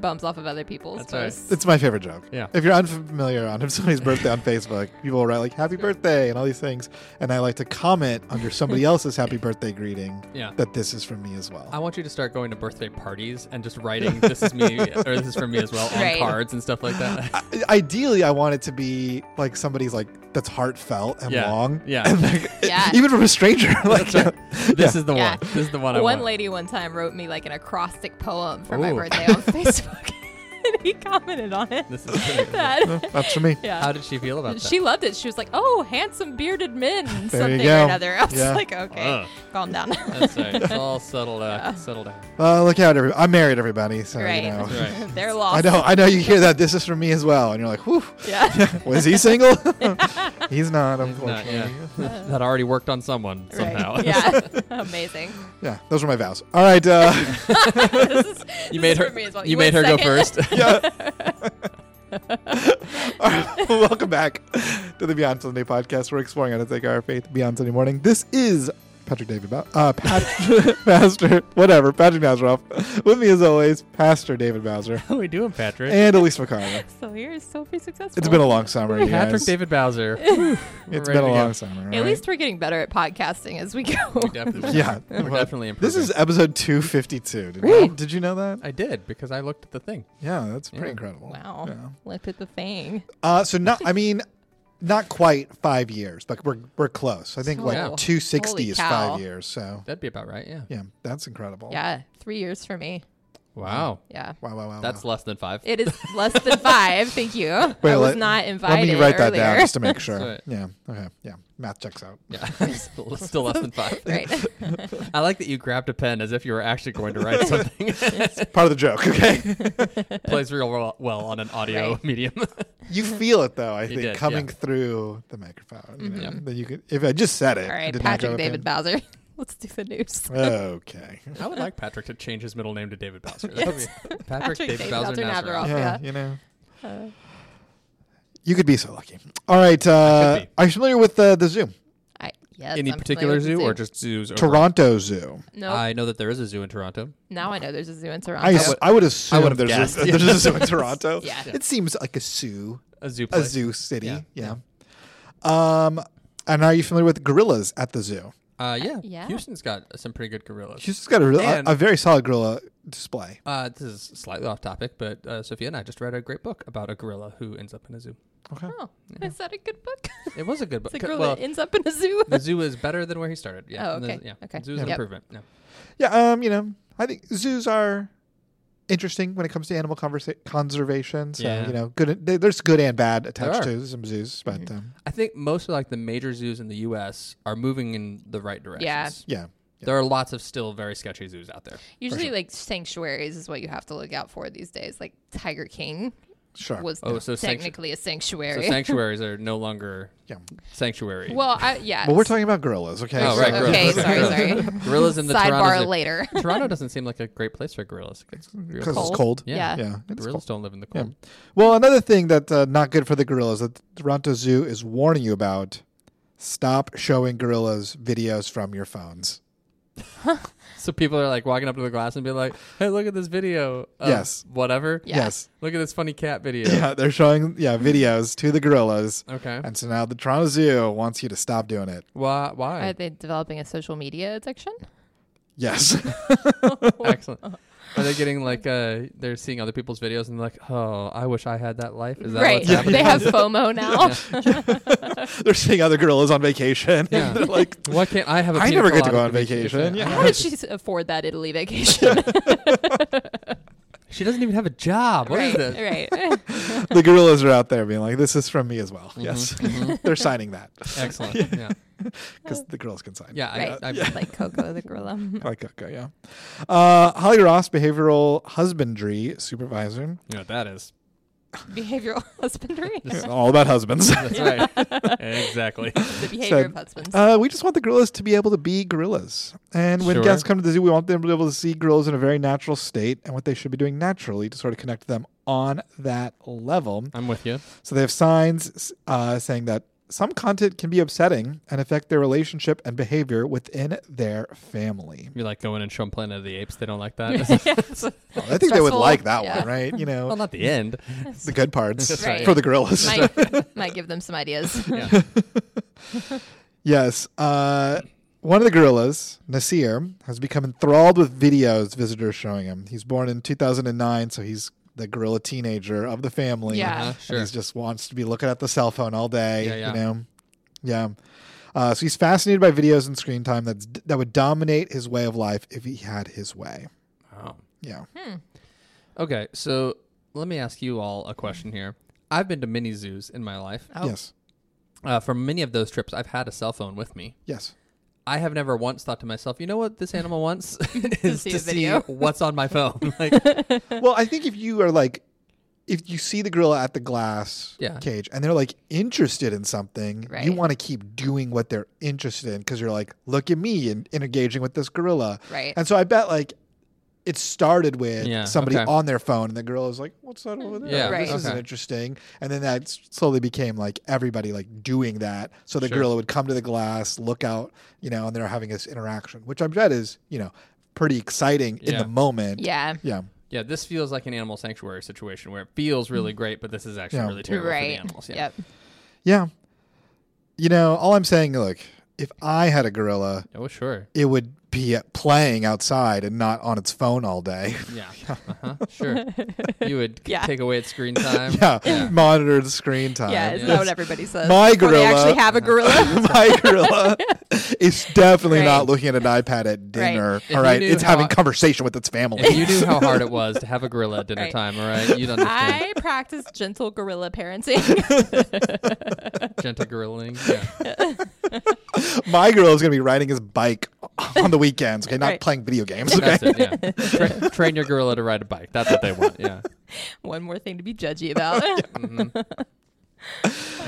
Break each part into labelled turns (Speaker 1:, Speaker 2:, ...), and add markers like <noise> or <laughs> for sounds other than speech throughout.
Speaker 1: bumps off of other people's
Speaker 2: That's right.
Speaker 1: posts.
Speaker 3: It's my favorite joke.
Speaker 2: Yeah.
Speaker 3: If you're unfamiliar on <laughs> somebody's birthday on Facebook, people will write like "Happy birthday" and all these things, and I like to comment
Speaker 2: <laughs>
Speaker 3: under somebody else's "Happy birthday" greeting
Speaker 2: Yeah.
Speaker 3: that this is from me as well.
Speaker 2: I want you to start going to birthday parties and
Speaker 1: <laughs>
Speaker 2: just writing "This is me" or "This is from me" as well on
Speaker 1: Right.
Speaker 2: cards and stuff like
Speaker 1: <laughs>
Speaker 2: that.
Speaker 3: I- ideally, I want it to be like somebody's like that's heartfelt and
Speaker 2: Yeah.
Speaker 3: long.
Speaker 2: Yeah.
Speaker 3: <laughs> And, like,
Speaker 1: <laughs> Yeah.
Speaker 3: Even from a stranger, <laughs> like
Speaker 2: That's right. <laughs> This
Speaker 3: Yeah.
Speaker 2: is the
Speaker 1: Yeah.
Speaker 2: one. This is the one I
Speaker 1: One
Speaker 2: want.
Speaker 1: lady one time wrote me like an acrostic poem for my
Speaker 2: Ooh.
Speaker 1: birthday on <laughs> Facebook, and he commented on
Speaker 2: <laughs>
Speaker 1: it.
Speaker 2: This is good.
Speaker 1: That-
Speaker 3: that's for me.
Speaker 1: yeah.
Speaker 2: How did she feel about that?
Speaker 1: she loved it. She was like, "Oh, handsome bearded
Speaker 2: <laughs>
Speaker 1: men,"
Speaker 3: There you
Speaker 1: something or
Speaker 3: go.
Speaker 1: another. I was
Speaker 3: Yeah.
Speaker 1: like, "Okay,
Speaker 2: Ugh.
Speaker 1: calm down."
Speaker 2: That's right. It's all settled out. Settled out.
Speaker 3: Uh, look out! Every- I'm married, everybody. So
Speaker 1: right.
Speaker 3: you know.
Speaker 1: <laughs>
Speaker 2: That's
Speaker 1: <laughs>
Speaker 2: right. <laughs>
Speaker 1: They're
Speaker 3: I
Speaker 1: lost.
Speaker 3: know, I know. You hear that? This is from me as well, and you're like, "Whew, <laughs>
Speaker 2: <laughs>
Speaker 1: Yeah.
Speaker 3: was he
Speaker 1: <laughs>
Speaker 3: single? <laughs> He's not, unfortunately."
Speaker 2: Not- yeah. that already worked on someone somehow.
Speaker 1: Right. <laughs> Yeah. Amazing.
Speaker 3: Yeah, those were my vows. All right. Uh,
Speaker 2: <laughs>
Speaker 1: This is-
Speaker 2: <laughs>
Speaker 1: this
Speaker 2: You made
Speaker 1: is
Speaker 2: her.
Speaker 1: for me as well.
Speaker 2: <laughs> You,
Speaker 1: You
Speaker 2: made her
Speaker 1: went
Speaker 2: go
Speaker 1: second. <laughs>
Speaker 2: first.
Speaker 3: <laughs> all right, welcome back to the Beyond Sunday podcast. We're exploring how to take our faith beyond Sunday morning. This is Patrick David, Bau- uh, Pat- Pastor, whatever, Patrick Nazaroff. With me, as always, Pastor David Bowser
Speaker 2: How are we doing, Patrick?
Speaker 3: and Elise McCarver.
Speaker 1: So here is Sophie successful.
Speaker 3: It's been a long summer, you
Speaker 2: Patrick
Speaker 3: guys.
Speaker 1: <laughs>
Speaker 2: David Bowser.
Speaker 3: It's
Speaker 2: We're
Speaker 3: been a
Speaker 2: ready to
Speaker 3: long
Speaker 2: go.
Speaker 3: summer.
Speaker 1: At
Speaker 3: right?
Speaker 1: least we're getting better at podcasting as we go.
Speaker 2: Definitely.
Speaker 3: Yeah.
Speaker 2: <laughs> We're definitely improving.
Speaker 3: this is episode 252. Did, you, did you know that?
Speaker 2: I did because I looked at the thing.
Speaker 3: Yeah, that's pretty
Speaker 2: Yeah.
Speaker 1: <laughs>
Speaker 3: incredible.
Speaker 1: wow.
Speaker 3: Yeah.
Speaker 1: Look at the thing.
Speaker 3: Uh, so not, I mean, not quite five years, but we're we're close. I think like
Speaker 2: Yeah.
Speaker 3: two sixty
Speaker 1: Holy
Speaker 3: is
Speaker 1: cow.
Speaker 3: five years. So
Speaker 2: That'd be about right. Yeah.
Speaker 3: yeah, that's
Speaker 2: Oh.
Speaker 3: incredible.
Speaker 1: Yeah. Three years for me.
Speaker 2: Wow.
Speaker 1: Yeah.
Speaker 3: Wow, wow, wow.
Speaker 2: That's
Speaker 3: wow.
Speaker 2: less than five.
Speaker 1: It is less than
Speaker 3: <laughs>
Speaker 1: five. Thank you. I
Speaker 3: Wait,
Speaker 1: was
Speaker 3: let-
Speaker 1: not
Speaker 3: Let
Speaker 1: invited.
Speaker 3: me write that
Speaker 1: earlier.
Speaker 3: down <laughs> just
Speaker 1: <laughs>
Speaker 3: to make sure.
Speaker 2: right.
Speaker 3: Yeah. Okay. Yeah. Math checks out.
Speaker 2: yeah. <laughs> still, still less than five.
Speaker 1: right.
Speaker 2: <laughs> I like that you grabbed a pen as if you were actually going to
Speaker 1: <laughs>
Speaker 2: write something.
Speaker 3: Part of the joke. Okay.
Speaker 2: Plays real well- well on an audio
Speaker 1: Right.
Speaker 2: medium.
Speaker 1: <laughs>
Speaker 3: you feel it though. I think
Speaker 2: did,
Speaker 3: coming
Speaker 2: yeah.
Speaker 3: through the microphone. You know,
Speaker 2: Yeah.
Speaker 3: That you could. If I just said it.
Speaker 1: All
Speaker 3: I
Speaker 1: right.
Speaker 3: did not
Speaker 1: Mm-hmm. Patrick
Speaker 3: grab a
Speaker 1: David
Speaker 3: pen.
Speaker 1: Bowser. <laughs> Let's do the news. <laughs>
Speaker 3: Okay.
Speaker 2: I would like Patrick to change his middle name to David Bowser. That would
Speaker 1: Yes.
Speaker 2: be- Patrick, David, Bowser, Nazaroff.
Speaker 1: Nazaroff.
Speaker 3: yeah,
Speaker 1: Yeah.
Speaker 3: you know.
Speaker 1: Uh.
Speaker 3: you could be so lucky. All right. Uh,
Speaker 2: be.
Speaker 3: are you familiar with uh, the zoo?
Speaker 1: I, yes,
Speaker 2: Any
Speaker 1: I'm
Speaker 2: particular zoo
Speaker 1: familiar
Speaker 2: or
Speaker 1: with the
Speaker 2: just zoos? overall?
Speaker 3: Toronto Zoo.
Speaker 1: No.
Speaker 2: I know that there is a zoo in Toronto.
Speaker 1: now I know there's a zoo in Toronto.
Speaker 3: I, s- I would assume
Speaker 2: would've
Speaker 3: there's,
Speaker 2: guessed.
Speaker 3: A, <laughs> there's a zoo in
Speaker 2: <laughs>
Speaker 3: Toronto.
Speaker 1: Yeah.
Speaker 3: It seems like a zoo,
Speaker 2: A zoo
Speaker 3: a
Speaker 2: place.
Speaker 3: zoo city.
Speaker 2: Yeah.
Speaker 3: Yeah. Um, and are you familiar with gorillas at the zoo?
Speaker 2: Uh, yeah.
Speaker 1: yeah.
Speaker 2: Houston's got some pretty good gorillas.
Speaker 3: Houston's got a, real, a,
Speaker 2: And-
Speaker 3: a very solid gorilla display.
Speaker 2: Uh, this is slightly off topic, but uh, Sophia and I just read a great book about a gorilla who ends up in a zoo.
Speaker 3: Okay.
Speaker 1: oh, is that a good book?
Speaker 2: It was a good book.
Speaker 1: it's a
Speaker 2: C-
Speaker 1: girl
Speaker 2: well,
Speaker 1: that ends up in a zoo.
Speaker 2: the zoo is better than where he started. Yeah.
Speaker 1: Oh,
Speaker 2: And the-
Speaker 1: okay.
Speaker 2: yeah.
Speaker 1: Okay.
Speaker 2: Zoo is an
Speaker 1: Yep.
Speaker 2: improvement. Yeah.
Speaker 3: Yeah. Um. You know, I think zoos are interesting when it comes to animal conversa- conservation. So
Speaker 2: Yeah.
Speaker 3: you know, good. There, there's good and bad
Speaker 2: There
Speaker 3: attached
Speaker 2: are. Mm-hmm.
Speaker 3: to some zoos, but um,
Speaker 2: I think most of like the major zoos in the U.S. are moving in the right direction.
Speaker 1: Yeah.
Speaker 3: yeah.
Speaker 2: There are lots of still very sketchy zoos out there.
Speaker 1: <laughs> Usually, like sanctuaries is what you have to look out for these days. Like Tiger King
Speaker 3: Sure.
Speaker 1: was
Speaker 2: Oh, so sanctu-
Speaker 1: technically a
Speaker 2: So
Speaker 1: sanctuary.
Speaker 2: sanctuaries are no longer
Speaker 3: yeah.
Speaker 2: sanctuary.
Speaker 1: well, I, yeah.
Speaker 3: Well, we're talking about gorillas, okay?
Speaker 2: oh, right.
Speaker 3: So- <laughs>
Speaker 1: gorillas. Okay, sorry,
Speaker 2: Gorillas.
Speaker 1: sorry.
Speaker 2: Gorillas in the Toronto
Speaker 1: sidebar
Speaker 2: zoo.
Speaker 1: later.
Speaker 2: Toronto doesn't seem like a great place for gorillas.
Speaker 3: <laughs>
Speaker 2: It's real
Speaker 3: Because
Speaker 2: cold.
Speaker 3: it's cold.
Speaker 2: Yeah.
Speaker 1: Yeah.
Speaker 3: Yeah. It's
Speaker 2: Gorillas don't
Speaker 3: cold.
Speaker 2: live in the
Speaker 3: Yeah.
Speaker 2: cold.
Speaker 3: Well, another thing that's uh, not good for the gorillas that the Toronto Zoo is warning you about stop showing gorillas videos from your phones.
Speaker 2: So people are like walking up to the glass and be like, "Hey, look at this video." of
Speaker 3: Yes.
Speaker 2: Whatever.
Speaker 1: Yeah.
Speaker 3: Yes.
Speaker 2: Look at this funny cat video.
Speaker 3: Yeah. They're showing yeah videos to the gorillas.
Speaker 2: Okay.
Speaker 3: And so now the Toronto Zoo wants you to stop doing it.
Speaker 2: Why? Why?
Speaker 1: Are they developing a social media section? <laughs>
Speaker 3: Yes. <laughs>
Speaker 2: Excellent. Are they getting like uh they're seeing other people's videos and like, "Oh, I wish I had that life." Is that
Speaker 1: Right.
Speaker 2: what's
Speaker 3: Yeah,
Speaker 2: happening?
Speaker 1: They
Speaker 2: <laughs>
Speaker 1: have FOMO now.
Speaker 3: they're seeing other gorillas on vacation.
Speaker 2: Yeah.
Speaker 3: And <laughs> they're like,
Speaker 2: Why can't I have a
Speaker 3: I
Speaker 2: pina
Speaker 3: never get to
Speaker 2: colada
Speaker 3: go on
Speaker 2: at the beach?
Speaker 3: vacation. <laughs> Yeah.
Speaker 1: How did she s- afford that Italy
Speaker 2: <laughs>
Speaker 1: vacation?
Speaker 2: She doesn't even have a job. What is
Speaker 1: right,
Speaker 2: this?
Speaker 1: right.
Speaker 3: the gorillas are out there being like, this is from me as
Speaker 2: Mm-hmm,
Speaker 3: well. Yes. <laughs> they're signing that
Speaker 2: Excellent. Yeah.
Speaker 3: because the girls can sign.
Speaker 2: Yeah, <laughs> I-
Speaker 1: Right.
Speaker 2: I,
Speaker 1: like Coco the gorilla.
Speaker 3: I like Coco, yeah. Uh, Holly Ross, behavioral husbandry supervisor.
Speaker 2: you know what that is.
Speaker 1: <laughs> Behavioral husbandry. <laughs> the
Speaker 3: It's all about
Speaker 2: <laughs>
Speaker 3: husbands. <laughs>
Speaker 2: That's right. exactly.
Speaker 1: behavior
Speaker 3: So-
Speaker 1: of <laughs>
Speaker 2: <laughs>
Speaker 1: husbands.
Speaker 3: Uh, we just want the gorillas to be able to be gorillas. And when
Speaker 2: Sure.
Speaker 3: guests come to the zoo, we want them to be able to see gorillas in a very natural state and what they should be doing naturally to sort of connect them on that level.
Speaker 2: I'm with you.
Speaker 3: So they have signs uh, saying that some content can be upsetting and affect their relationship and behavior within their family.
Speaker 2: You're like going and Trump Planet of the Apes. They don't like <laughs> that.
Speaker 3: Well, I think they would
Speaker 1: Stressful.
Speaker 3: like that
Speaker 1: Yeah.
Speaker 3: one, right? You know,
Speaker 2: well, not the end.
Speaker 3: the good <laughs> parts
Speaker 1: Right.
Speaker 3: for the gorillas.
Speaker 1: might, might give them some ideas.
Speaker 2: <laughs> <laughs> Yeah.
Speaker 3: Yes. Uh, one of the gorillas, Nasir, has become enthralled with videos visitors showing him. He's born in 2009, so he's the gorilla teenager of the family.
Speaker 1: Yeah.
Speaker 2: Uh-huh,
Speaker 3: And
Speaker 2: sure.
Speaker 3: he's just wants to be looking at the cell phone all day,
Speaker 2: Yeah, yeah.
Speaker 3: you know? Yeah. Uh, so he's fascinated by videos and screen time that's, that would dominate his way of life if he had his way.
Speaker 2: Wow.
Speaker 3: Yeah.
Speaker 2: Oh. Okay, so let me ask you all a question here. I've been to many zoos in my life.
Speaker 1: Oh.
Speaker 3: Yes.
Speaker 2: Uh, for many of those trips, I've had a cell phone with me.
Speaker 3: Yes.
Speaker 2: I have never once thought to myself, you know what this animal wants <laughs> is
Speaker 1: see
Speaker 2: to
Speaker 1: a
Speaker 2: see
Speaker 1: video.
Speaker 2: what's on my phone. <laughs> Like,
Speaker 3: well, I think if you are like, if you see the gorilla at the glass
Speaker 2: Yeah.
Speaker 3: cage and they're like interested in something, you
Speaker 1: Right.
Speaker 3: want to keep doing what they're interested in because you're like, look at me and, and engaging with this gorilla.
Speaker 1: Right.
Speaker 3: And so I bet like it started with
Speaker 2: Yeah,
Speaker 3: somebody
Speaker 2: okay.
Speaker 3: on their phone and the gorilla's like, what's that over there?
Speaker 2: Yeah,
Speaker 1: Right.
Speaker 3: This isn't
Speaker 2: okay.
Speaker 3: interesting. And then that s- slowly became like everybody like doing that. So the
Speaker 2: Sure.
Speaker 3: gorilla would come to the glass, look out, you know, and they're having this interaction, which I bet is, you know, pretty exciting in
Speaker 2: Yeah.
Speaker 3: the moment.
Speaker 1: Yeah.
Speaker 3: Yeah.
Speaker 2: yeah, this feels like an animal sanctuary situation where it feels really great, but this is actually
Speaker 3: Mm. Yeah.
Speaker 2: really terrible for the
Speaker 1: right.
Speaker 2: animals. Yeah.
Speaker 1: Yep.
Speaker 3: Yeah. You know, all I'm saying, look, if I had a gorilla,
Speaker 2: Oh, sure.
Speaker 3: it would be playing outside and not on its phone all day. <laughs>
Speaker 2: Yeah. Uh-huh.
Speaker 1: <laughs>
Speaker 2: Sure. You would c-
Speaker 1: Yeah.
Speaker 2: take away its
Speaker 3: <laughs>
Speaker 2: screen time.
Speaker 3: yeah. Monitor the screen time.
Speaker 1: Yeah, isn't
Speaker 2: Uh, Yeah.
Speaker 1: that what everybody says?
Speaker 3: My
Speaker 1: Before They
Speaker 3: gorilla.
Speaker 1: actually have a
Speaker 2: <laughs>
Speaker 3: <laughs>
Speaker 1: gorilla.
Speaker 3: My gorilla is definitely
Speaker 1: Right.
Speaker 3: not looking at an iPad at dinner.
Speaker 2: If
Speaker 3: All
Speaker 2: you
Speaker 3: right.
Speaker 2: knew
Speaker 3: It's
Speaker 2: how
Speaker 3: having
Speaker 2: I-
Speaker 3: conversation with its family.
Speaker 2: If you knew how hard it was to have a gorilla at dinner
Speaker 1: Right.
Speaker 2: time, all right? You'd understand.
Speaker 1: I practice gentle gorilla parenting. <laughs>
Speaker 2: Gentle gorillaing. Yeah.
Speaker 3: <laughs> My gorilla is going to be riding his bike <laughs> on the weekends, okay? Not
Speaker 1: Right.
Speaker 3: playing video games, <laughs> okay?
Speaker 2: That's it. Yeah. Tra- train your gorilla to ride a bike. That's what they want. Yeah.
Speaker 1: One more thing to be judgy
Speaker 2: <laughs>
Speaker 1: about.
Speaker 3: <laughs>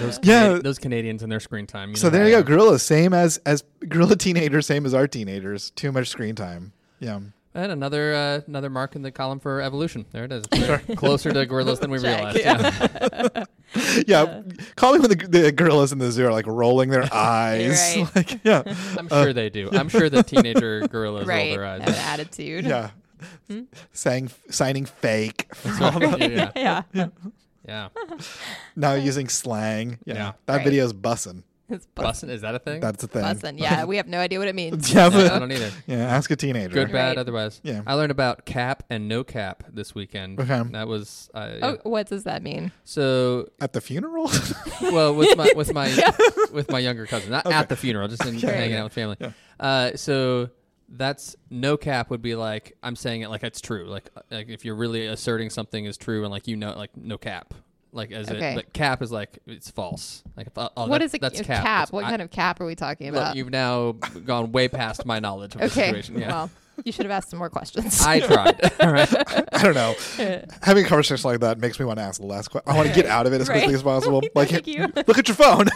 Speaker 2: Those
Speaker 3: Yeah.
Speaker 2: Canadi- those Canadians and their screen time.
Speaker 3: So there you go. Gorilla, same as, as gorilla teenagers, same as our teenagers. Too much screen time. Yeah.
Speaker 2: And another uh, another mark in the column for evolution. There
Speaker 3: <laughs>
Speaker 2: it is. Closer to gorillas than we
Speaker 1: Check,
Speaker 2: realized. Yeah.
Speaker 3: yeah, call me when the, the gorillas in the zoo are like
Speaker 1: <laughs>
Speaker 3: rolling their eyes.
Speaker 1: Right.
Speaker 3: <laughs> Like, yeah,
Speaker 1: <laughs>
Speaker 2: I'm sure they do. I'm sure the teenager gorillas roll
Speaker 1: right.
Speaker 2: their
Speaker 1: Have
Speaker 2: eyes.
Speaker 1: an attitude. <laughs>
Speaker 3: yeah,
Speaker 1: Hmm?
Speaker 3: saying signing fake,
Speaker 2: yeah.
Speaker 1: Yeah.
Speaker 2: Yeah.
Speaker 3: <laughs> now using slang. Yeah,
Speaker 2: Yeah.
Speaker 3: that
Speaker 1: Right.
Speaker 3: video's bussin'.
Speaker 1: It's bu-
Speaker 2: Bussin', is that a thing?
Speaker 3: That's the
Speaker 1: <laughs>
Speaker 3: thing.
Speaker 1: bussin'. Yeah, we have no idea what it means.
Speaker 3: <laughs> Yeah,
Speaker 2: No,
Speaker 3: but-
Speaker 2: I don't either.
Speaker 3: yeah, ask a teenager.
Speaker 2: Good, bad,
Speaker 1: Right.
Speaker 2: otherwise.
Speaker 3: Yeah.
Speaker 2: I learned about cap and no cap this weekend.
Speaker 3: Okay.
Speaker 2: That was uh, yeah.
Speaker 1: Oh, what does that mean?
Speaker 2: so
Speaker 3: At the funeral, <laughs>
Speaker 2: well with my
Speaker 1: <laughs>
Speaker 2: with my with my younger cousin, not at the funeral, just in
Speaker 3: Okay.
Speaker 2: hanging out with family. Uh, so that's no cap would be like I'm saying it like it's true, like like if you're really asserting something is true and like you know like no cap, like as
Speaker 1: Okay.
Speaker 2: it, but cap is like it's false. Like oh, oh,
Speaker 1: what
Speaker 2: that-
Speaker 1: is a
Speaker 2: that's
Speaker 1: a
Speaker 2: cap? That's-
Speaker 1: What
Speaker 2: I-
Speaker 1: kind of cap are we talking
Speaker 2: look,
Speaker 1: about?
Speaker 2: You've now gone way past my knowledge of
Speaker 1: <laughs>
Speaker 2: the
Speaker 1: okay.
Speaker 2: situation. Yeah.
Speaker 1: Well, you should have asked some more questions.
Speaker 2: <laughs> I tried. All right. <laughs>
Speaker 3: I
Speaker 1: <laughs>
Speaker 3: don't know. Having a conversation like that makes me want to ask the last question. I want to get out of it as
Speaker 1: Right.
Speaker 3: quickly
Speaker 1: <laughs>
Speaker 3: as possible. Like,
Speaker 1: Thank you.
Speaker 3: look at
Speaker 1: <laughs>
Speaker 3: your phone.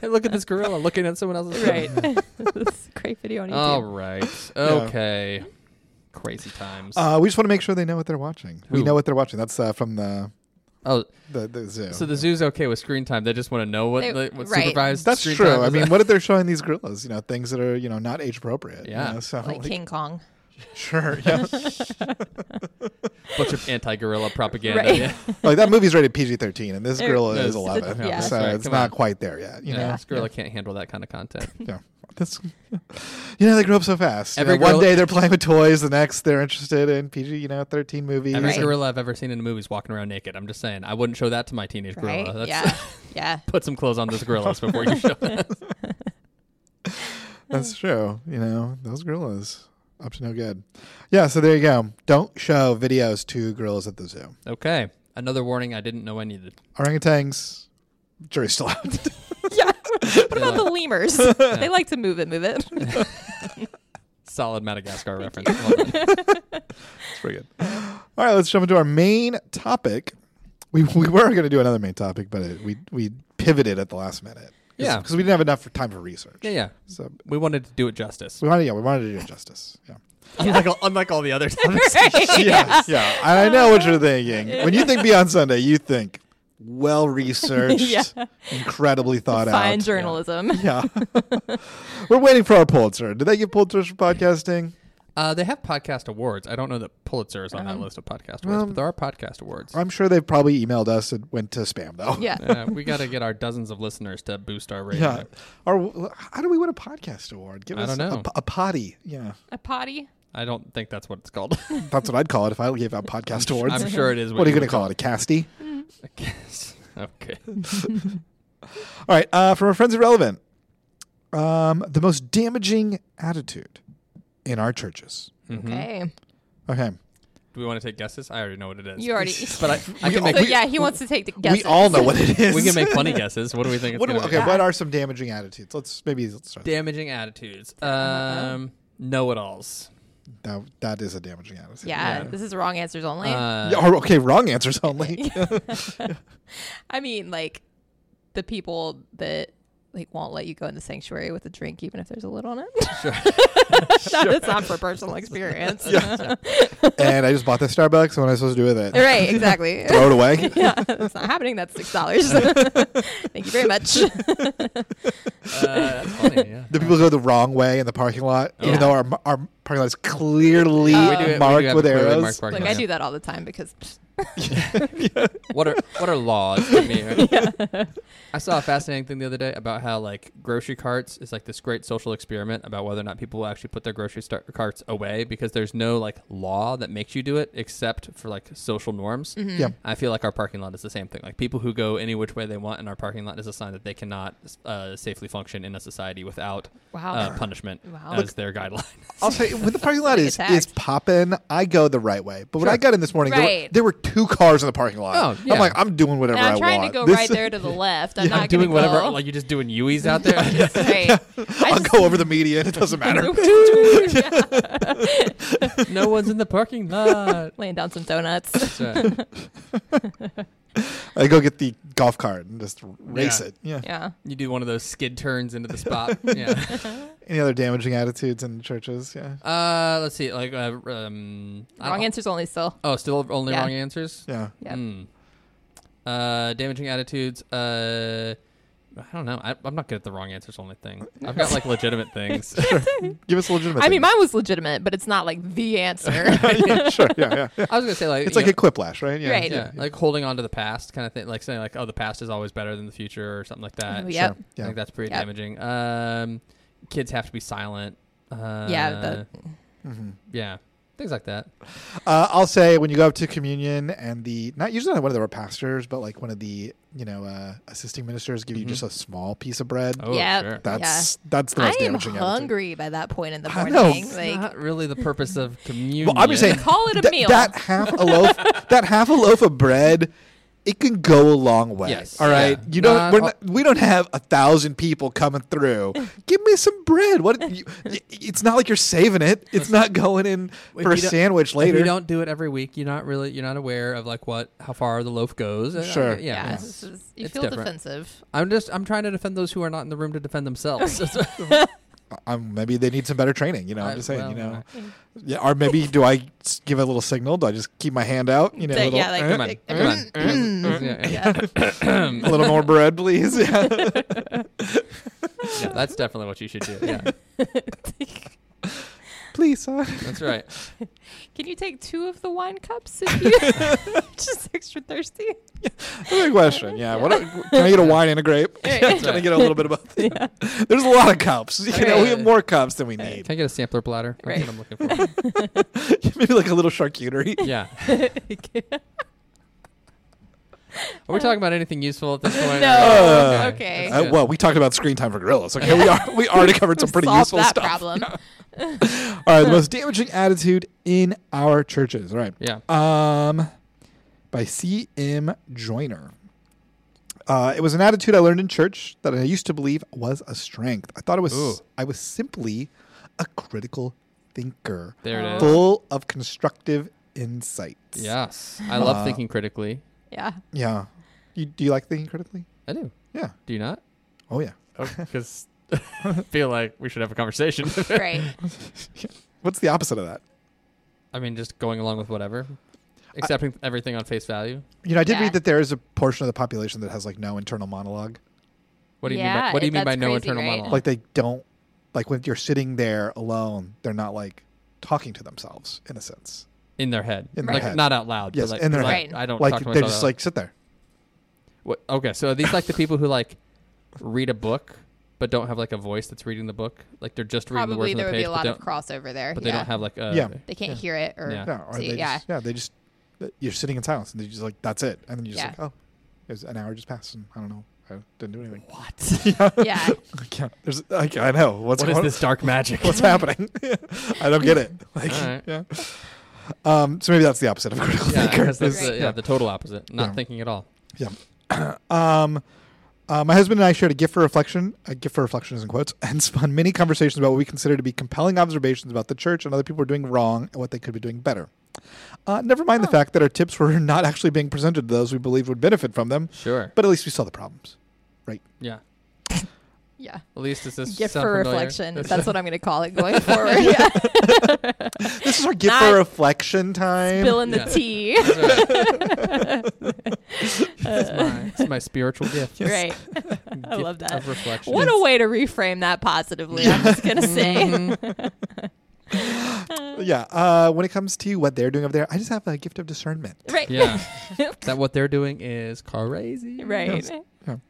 Speaker 2: Hey, look at this gorilla looking at someone else's. phone.
Speaker 1: <laughs>
Speaker 2: <laughs>
Speaker 1: right. <laughs> this is a great video on YouTube.
Speaker 2: All right. Okay. Crazy times.
Speaker 3: uh, we just want to make sure they know what they're watching. We
Speaker 2: Who?
Speaker 3: know what they're watching. That's uh, from the
Speaker 2: oh,
Speaker 3: the, the zoo.
Speaker 2: so the zoo's okay with screen time. They just want to know what
Speaker 1: They-
Speaker 2: the, what
Speaker 1: right.
Speaker 2: supervised.
Speaker 3: That's
Speaker 2: screen
Speaker 3: true.
Speaker 2: time
Speaker 3: I
Speaker 2: is. <laughs>
Speaker 3: mean, what if they're showing these gorillas? You know, things that are you know not age appropriate. you
Speaker 2: Yeah.
Speaker 3: know, so
Speaker 1: <laughs> Like King Kong.
Speaker 3: sure, yeah.
Speaker 2: bunch of anti-gorilla propaganda.
Speaker 1: Right.
Speaker 2: <laughs> Yeah.
Speaker 3: like that movie's rated PG thirteen, and this
Speaker 1: It-
Speaker 3: gorilla
Speaker 2: Yes.
Speaker 3: is eleven.
Speaker 1: Yeah.
Speaker 3: So
Speaker 2: Sorry,
Speaker 3: it's
Speaker 2: come
Speaker 3: not
Speaker 2: on.
Speaker 3: quite there yet. You
Speaker 2: Yeah,
Speaker 3: know,
Speaker 2: this gorilla can't handle that kind of content.
Speaker 3: yeah. That's, <laughs> you know, they grow up so fast. You
Speaker 2: Every
Speaker 3: know, one
Speaker 2: gorilla-
Speaker 3: day they're playing with toys, the next they're interested in PG, you know, thirteen movies.
Speaker 2: Every
Speaker 1: Right.
Speaker 2: gorilla I've ever seen in a movie is walking around naked. I'm just saying, I wouldn't show that to my teenage
Speaker 1: Right.
Speaker 2: gorilla. That's,
Speaker 1: yeah. yeah.
Speaker 2: <laughs> put some clothes on those gorillas before you <laughs> show. them.
Speaker 3: That's true. You know, those gorillas up to no good. Yeah. So there you go. Don't show videos to gorillas at the zoo.
Speaker 2: Okay, another warning I didn't know
Speaker 1: <laughs>
Speaker 2: I needed.
Speaker 3: Orangutans, jury's still out.
Speaker 1: <laughs> Yeah. What about the
Speaker 2: <laughs>
Speaker 1: lemurs? They like to move it, move it. <laughs>
Speaker 2: Solid Madagascar reference. Love it.
Speaker 3: It's pretty good. All right, let's jump into our main topic. We, <laughs> we were going to do another main topic, but it, we we pivoted at the last minute.
Speaker 2: Yeah.
Speaker 3: because we didn't have enough for time for research.
Speaker 2: yeah, yeah.
Speaker 3: So
Speaker 2: We wanted to do it justice.
Speaker 3: we wanted yeah we wanted to do it justice.
Speaker 1: <laughs>
Speaker 3: Yeah.
Speaker 2: <laughs> Unlike, all- unlike all the <laughs> other topics.
Speaker 1: <laughs>
Speaker 3: yeah, yeah. I know what you're thinking. When you think Beyond Sunday, you think well researched,
Speaker 1: <laughs> Yeah.
Speaker 3: incredibly thought
Speaker 1: Fine
Speaker 3: out.
Speaker 1: journalism.
Speaker 3: Yeah. <laughs> We're waiting for our Pulitzer. Did they give Pulitzers for podcasting?
Speaker 2: Uh, they have podcast awards. I don't know that Pulitzer is on
Speaker 1: Um,
Speaker 2: that list of podcast awards, but there are podcast awards.
Speaker 3: I'm sure they've probably emailed us and went to spam though.
Speaker 1: <laughs> Yeah.
Speaker 2: uh, we got to get our dozens of listeners to boost our rating.
Speaker 3: Yeah. Or how do we win a podcast award? Give
Speaker 2: I
Speaker 3: us
Speaker 2: don't know.
Speaker 3: A, a potty. Yeah.
Speaker 1: A potty.
Speaker 2: I don't think that's what it's called.
Speaker 3: That's what I'd call it if I gave out podcast awards.
Speaker 2: <laughs> I'm sure it is.
Speaker 3: <laughs> what are you
Speaker 2: you
Speaker 3: going to call it? A casty?
Speaker 2: it? <laughs> okay.
Speaker 3: All right. Uh, from our friends at Relevant, um, the most damaging attitude in our churches.
Speaker 2: Hmm?
Speaker 1: Okay.
Speaker 3: Okay.
Speaker 2: Mm-hmm. Do we want to take guesses? I already know what it is.
Speaker 1: You already.
Speaker 2: <laughs>
Speaker 1: <laughs>
Speaker 2: But I, I can
Speaker 3: all-
Speaker 2: make.
Speaker 1: so
Speaker 2: We, <laughs>
Speaker 1: yeah, he wants to take the guesses.
Speaker 3: We all
Speaker 1: <laughs>
Speaker 3: know what it is.
Speaker 2: can make
Speaker 3: <laughs>
Speaker 2: funny guesses. What do we think? It's
Speaker 3: What, do-
Speaker 2: gonna be?
Speaker 3: okay. What are some damaging attitudes? Let's maybe let's start.
Speaker 2: Damaging attitudes. Um, know-it-alls.
Speaker 3: that, that is a damaging attitude.
Speaker 1: yeah,
Speaker 2: Yeah.
Speaker 1: this is wrong answers only.
Speaker 2: Uh,
Speaker 3: <laughs> Yeah, or- okay. Wrong answers
Speaker 1: <laughs>
Speaker 3: only.
Speaker 1: I mean, like the people that like won't let you go in the sanctuary with a drink, even if there's a lid on it. Sure. That's not for personal experience.
Speaker 3: and I just bought this Starbucks. and What am I supposed to do with it?
Speaker 1: Right, exactly.
Speaker 3: Throw
Speaker 1: <laughs>
Speaker 3: it away.
Speaker 1: yeah, it's not happening. That's six dollars. Thank you very much.
Speaker 3: <laughs>
Speaker 2: uh, that's funny. Yeah. Uh,
Speaker 3: The people go the wrong way in the parking lot,
Speaker 1: Yeah.
Speaker 3: even though our, our parking lot is clearly
Speaker 1: Uh,
Speaker 2: Oh. We do it- we do
Speaker 3: marked
Speaker 2: have
Speaker 3: with
Speaker 2: a clearly
Speaker 3: arrows.
Speaker 2: marked parking
Speaker 1: Like
Speaker 2: lot.
Speaker 1: I do that all the time because psh,
Speaker 2: what are what are laws? I,
Speaker 1: <laughs>
Speaker 2: mean, I saw a fascinating thing the other day about how like grocery carts is like this great social experiment about whether or not people will actually put their grocery star- carts away because there's no like law that makes you do it except for like social norms.
Speaker 1: Mm-hmm.
Speaker 3: Yeah.
Speaker 2: I feel like our parking lot is the same thing. Like people who go any which way they want in our parking lot is a sign that they cannot uh, safely function in a society without
Speaker 1: Wow.
Speaker 2: uh, punishment
Speaker 1: Wow.
Speaker 2: as
Speaker 1: <laughs>
Speaker 2: their guideline.
Speaker 3: I'll say when the parking lot
Speaker 1: Like
Speaker 3: is is
Speaker 1: attacked.
Speaker 3: popping, I go the right way. But when I got in this morning, there, were,
Speaker 1: Right.
Speaker 3: there were two cars in the parking lot.
Speaker 2: Oh, yeah.
Speaker 3: I'm like, I'm doing whatever
Speaker 1: and I'm
Speaker 3: I
Speaker 1: trying
Speaker 3: want.
Speaker 1: to go
Speaker 3: This-
Speaker 1: right
Speaker 3: <laughs>
Speaker 1: there to the left. I'm
Speaker 2: I'm
Speaker 1: not
Speaker 2: doing
Speaker 1: gonna
Speaker 2: whatever.
Speaker 1: Go.
Speaker 2: Like you're just doing Ui's out
Speaker 1: <laughs>
Speaker 2: there.
Speaker 1: right. I
Speaker 3: I'll
Speaker 1: just-
Speaker 3: go over the median. It
Speaker 1: <laughs>
Speaker 3: doesn't matter.
Speaker 2: no one's in the parking
Speaker 1: <laughs>
Speaker 2: lot.
Speaker 1: Laying down some
Speaker 2: <laughs>
Speaker 1: donuts.
Speaker 2: That's right.
Speaker 3: I go get the golf cart and just race
Speaker 2: Yeah.
Speaker 3: it. Yeah.
Speaker 1: Yeah.
Speaker 2: You do one of those skid turns into
Speaker 1: <laughs>
Speaker 2: the spot. yeah.
Speaker 3: Any other damaging attitudes in churches? Yeah.
Speaker 2: Uh, let's see. Like, uh, um, I
Speaker 1: Wrong
Speaker 2: don't-
Speaker 1: answers only still.
Speaker 2: Oh, still only
Speaker 1: Yeah.
Speaker 2: wrong answers.
Speaker 1: <laughs>
Speaker 3: Yeah.
Speaker 1: Yeah.
Speaker 2: Mm. Uh, damaging attitudes. Uh, I don't know. I, I'm not good at the wrong answers only thing. I've got like
Speaker 3: <laughs>
Speaker 2: legitimate things.
Speaker 3: Give us a legitimate.
Speaker 1: I mean,
Speaker 3: thing.
Speaker 1: mine was legitimate, but it's not like the
Speaker 3: <laughs>
Speaker 1: answer.
Speaker 2: <laughs>
Speaker 3: yeah, sure. Yeah, yeah.
Speaker 2: I was gonna say like
Speaker 3: It's
Speaker 2: you
Speaker 3: like
Speaker 2: know,
Speaker 3: a quiplash, right? Yeah.
Speaker 1: Right.
Speaker 2: yeah, like holding on to the past kind of thing. Like saying like oh the past is always better than the future or something like that.
Speaker 1: Oh, yep.
Speaker 3: Yeah.
Speaker 2: I think that's pretty
Speaker 1: Yep.
Speaker 2: damaging. Um, kids have to be silent. Uh,
Speaker 1: Yeah, that-
Speaker 3: Mm-hmm.
Speaker 2: yeah. Things like that.
Speaker 3: Uh, I'll say when you go up to communion and the not usually not one of our pastors, but like one of the you know uh, assisting ministers give you just a small piece of bread.
Speaker 2: Mm-hmm. Oh,
Speaker 1: Yep.
Speaker 2: sure.
Speaker 3: That's that's the
Speaker 1: I
Speaker 3: most
Speaker 1: am
Speaker 3: damaging. attitude.
Speaker 1: hungry by that point in the
Speaker 3: I
Speaker 1: morning.
Speaker 3: know.
Speaker 1: Like,
Speaker 2: not really the purpose of communion.
Speaker 3: <laughs> Well, I'm just saying,
Speaker 1: Call it a
Speaker 3: that-
Speaker 1: meal.
Speaker 3: That half
Speaker 1: <laughs>
Speaker 3: a loaf, that half a loaf of bread, it can go a long way.
Speaker 2: Yes.
Speaker 3: All right,
Speaker 2: Yeah.
Speaker 3: you don't.
Speaker 2: Nah,
Speaker 3: we're
Speaker 2: I'll-
Speaker 3: not, we don't have a thousand people coming
Speaker 1: <laughs>
Speaker 3: through. Give me some bread. What? You, y- it's not like you're saving it. It's not going in for a
Speaker 2: you don't-
Speaker 3: sandwich
Speaker 2: If
Speaker 3: later.
Speaker 2: you don't do it every week. You're not really you're not aware of like what how far the loaf goes. Uh, yeah,
Speaker 3: Sure.
Speaker 1: yeah,
Speaker 2: yeah.
Speaker 1: this is- you
Speaker 2: It's
Speaker 1: feel
Speaker 2: different.
Speaker 1: defensive.
Speaker 2: I'm just I'm trying to defend those who are not in the room to defend themselves.
Speaker 3: I'm, maybe they need some better training. You know,
Speaker 2: I-
Speaker 3: I'm just saying. you
Speaker 2: well,
Speaker 3: know, yeah. Or maybe do I s- give a little signal? Do I just keep my hand out? You know, a
Speaker 1: Like,
Speaker 3: little,
Speaker 1: yeah, like,
Speaker 3: eh,
Speaker 2: Come on,
Speaker 1: like, mm,
Speaker 2: come on. Yeah, yeah. <laughs>
Speaker 3: a little more bread,
Speaker 1: <laughs>
Speaker 3: please. Yeah.
Speaker 2: <laughs> Yeah, that's definitely what you should do. Yeah,
Speaker 3: please, sir.
Speaker 2: that's right.
Speaker 1: Can you take two of the wine cups if
Speaker 2: <laughs>
Speaker 1: you <laughs> just extra thirsty?
Speaker 3: Good question. Yeah. What can I get a wine and a grape? <laughs>
Speaker 1: Yeah,
Speaker 3: Can I get a little bit of both?
Speaker 1: <laughs>
Speaker 3: There's a lot of cups. You know, we have more cups than we need.
Speaker 2: Can I get a sampler platter? That's
Speaker 1: Right.
Speaker 2: what I'm <laughs> looking for.
Speaker 3: <laughs> Maybe like a
Speaker 1: <laughs>
Speaker 3: little charcuterie.
Speaker 2: Yeah. Are <laughs> we talking about anything useful at this point?
Speaker 1: No.
Speaker 2: Or-
Speaker 1: Okay.
Speaker 2: that's
Speaker 3: Uh,
Speaker 2: good.
Speaker 3: well, we talked about screen time for gorillas. Okay, we are we already
Speaker 1: <laughs>
Speaker 3: covered some pretty
Speaker 1: Solve
Speaker 3: useful
Speaker 1: that
Speaker 3: stuff.
Speaker 1: problem.
Speaker 2: <laughs>
Speaker 3: All right,
Speaker 1: <laughs>
Speaker 3: the most damaging attitude in our churches. All right.
Speaker 2: Yeah.
Speaker 3: Um, by C. M. Joyner. Uh, it was an attitude I learned in church that I used to believe was a strength. I thought it was
Speaker 2: Ooh.
Speaker 3: I was simply a critical thinker.
Speaker 2: There it is.
Speaker 3: full of constructive insights.
Speaker 2: Yes, I love thinking critically.
Speaker 1: Yeah.
Speaker 3: Yeah. You, do you like thinking critically?
Speaker 2: I do.
Speaker 3: Yeah.
Speaker 2: Do you not?
Speaker 3: Oh, yeah.
Speaker 2: Because I <laughs> feel like we should have a conversation.
Speaker 1: Right.
Speaker 3: What's the opposite of that?
Speaker 2: I mean, just going along with whatever. accepting everything on face value.
Speaker 3: You know, I did
Speaker 1: Yeah.
Speaker 3: read that there is a portion of the population that has like no internal monologue.
Speaker 2: What do you mean?
Speaker 1: Yeah,
Speaker 2: By, what do you mean
Speaker 1: that's
Speaker 2: by no
Speaker 1: crazy,
Speaker 2: internal
Speaker 1: right?
Speaker 2: monologue?
Speaker 3: Like they don't like when you're sitting there alone, they're not like talking to themselves in a sense.
Speaker 2: in their head,
Speaker 3: In their
Speaker 2: like
Speaker 3: head.
Speaker 2: not out loud.
Speaker 3: Yes,
Speaker 2: but like,
Speaker 3: in their
Speaker 2: 'cause I-
Speaker 1: head.
Speaker 2: I, don't
Speaker 3: like
Speaker 2: talk to
Speaker 3: they
Speaker 2: myself.
Speaker 3: just
Speaker 2: out loud.
Speaker 3: like sit there.
Speaker 2: What- okay, so are these like the people who like read a book but don't have like a voice that's reading the book? Like they're just reading the
Speaker 1: Probably
Speaker 2: words on
Speaker 1: there
Speaker 2: the
Speaker 1: would
Speaker 2: page,
Speaker 1: be a lot
Speaker 2: but,
Speaker 1: of crossover there.
Speaker 2: don't, but
Speaker 1: yeah.
Speaker 2: they don't have like a
Speaker 3: Yeah.
Speaker 1: They can't
Speaker 2: yeah.
Speaker 1: hear it or
Speaker 2: Yeah.
Speaker 3: No, or
Speaker 1: Uh, see.
Speaker 3: they
Speaker 1: Yeah.
Speaker 3: just, yeah, they just uh, you're sitting in silence and they just like that's it, and then you're just
Speaker 1: Yeah.
Speaker 3: like, oh, it was an hour just passed, and I don't know, I didn't do anything.
Speaker 2: what?
Speaker 3: <laughs>
Speaker 1: yeah.
Speaker 3: I can't. There's, I, I know what's
Speaker 2: what is
Speaker 3: going-
Speaker 2: this dark
Speaker 3: <laughs>
Speaker 2: magic?
Speaker 3: What's happening? I
Speaker 2: <laughs>
Speaker 3: don't get it. Like,
Speaker 2: All right.
Speaker 3: yeah. Um, so maybe that's the opposite of a critical
Speaker 2: yeah,
Speaker 3: thinker.
Speaker 2: 'cause that's
Speaker 1: Right.
Speaker 2: the, yeah, the total opposite. Not
Speaker 3: Yeah.
Speaker 2: thinking at all.
Speaker 3: Um, uh, my husband and I shared a gift for reflection, a gift for reflection is in quotes, <laughs> and spun many conversations about what we consider to be compelling observations about the church and other people were doing wrong and what they could be doing better. Uh, never mind the
Speaker 1: Oh.
Speaker 3: fact that our tips were <laughs> not actually being presented to those we believed would benefit from them,
Speaker 2: Sure.
Speaker 3: but at least we saw
Speaker 1: <laughs>
Speaker 3: the problems.
Speaker 2: Yeah.
Speaker 1: Yeah.
Speaker 2: At least is this
Speaker 1: Gift
Speaker 2: sound
Speaker 1: for
Speaker 2: familiar?
Speaker 1: reflection.
Speaker 2: This-
Speaker 1: That's what I'm going to call it
Speaker 2: <laughs>
Speaker 1: going forward. yeah.
Speaker 3: This is our gift
Speaker 1: Not
Speaker 3: for reflection time.
Speaker 1: Spilling
Speaker 2: Yeah.
Speaker 1: the tea.
Speaker 2: that's right.
Speaker 1: <laughs>
Speaker 2: It's my- it's uh, my spiritual gift.
Speaker 1: Right. I love
Speaker 2: Gift
Speaker 1: that.
Speaker 2: Of reflection.
Speaker 1: What a way to reframe that positively. I'm just going to say.
Speaker 3: yeah. Uh, when it comes to what they're doing over there, I just have a gift of discernment.
Speaker 1: <laughs> right.
Speaker 2: yeah.
Speaker 1: <laughs>
Speaker 2: that what they're doing is crazy.
Speaker 1: Right.
Speaker 3: All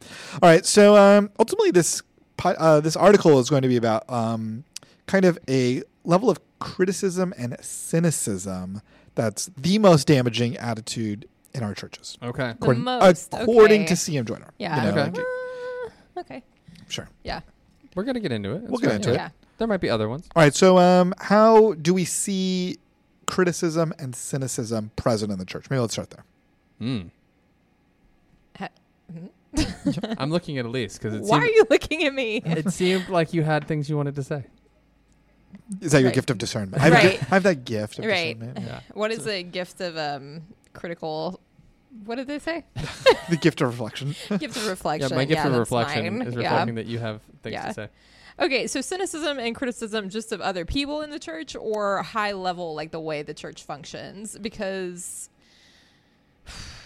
Speaker 3: right. So um, ultimately, this po- uh, this article is going to be about um, kind of a level of criticism and cynicism that's the most damaging attitude in our churches,
Speaker 2: Okay.
Speaker 1: The
Speaker 3: according,
Speaker 1: most,
Speaker 3: according
Speaker 1: okay.
Speaker 3: to CM Joyner.
Speaker 1: Yeah.
Speaker 3: You know,
Speaker 2: Okay.
Speaker 3: like,
Speaker 1: Uh, okay.
Speaker 3: sure.
Speaker 1: Yeah.
Speaker 2: We're gonna get into it.
Speaker 3: We'll get
Speaker 2: fine,
Speaker 3: into
Speaker 2: yeah.
Speaker 3: it.
Speaker 1: Yeah.
Speaker 2: There might be other ones.
Speaker 3: All right. So um, how do we see criticism and cynicism present in the church? Maybe let's start there.
Speaker 1: <laughs>
Speaker 2: Mm.
Speaker 1: Ha- mhm.
Speaker 2: I'm looking at Elise because it
Speaker 1: Why
Speaker 2: seemed,
Speaker 1: are you looking at me?
Speaker 2: <laughs> it seemed like you had things you wanted
Speaker 1: <laughs>
Speaker 2: to say.
Speaker 3: Is that your
Speaker 1: Right.
Speaker 3: gift of discernment? I have, a gi-
Speaker 1: Right.
Speaker 3: I have that gift of
Speaker 1: Right.
Speaker 3: discernment.
Speaker 2: Yeah.
Speaker 1: What is the gift of um critical? What did they
Speaker 2: <laughs>
Speaker 1: say?
Speaker 3: the gift of reflection.
Speaker 1: Gift of reflection.
Speaker 2: Yeah, my gift of
Speaker 1: that's
Speaker 2: reflection
Speaker 1: mine.
Speaker 2: is
Speaker 1: Yeah.
Speaker 2: reflecting that you have things
Speaker 1: Yeah.
Speaker 2: to say.
Speaker 1: Okay, so cynicism and criticism just of other people in the church or high level, like the way the church functions, because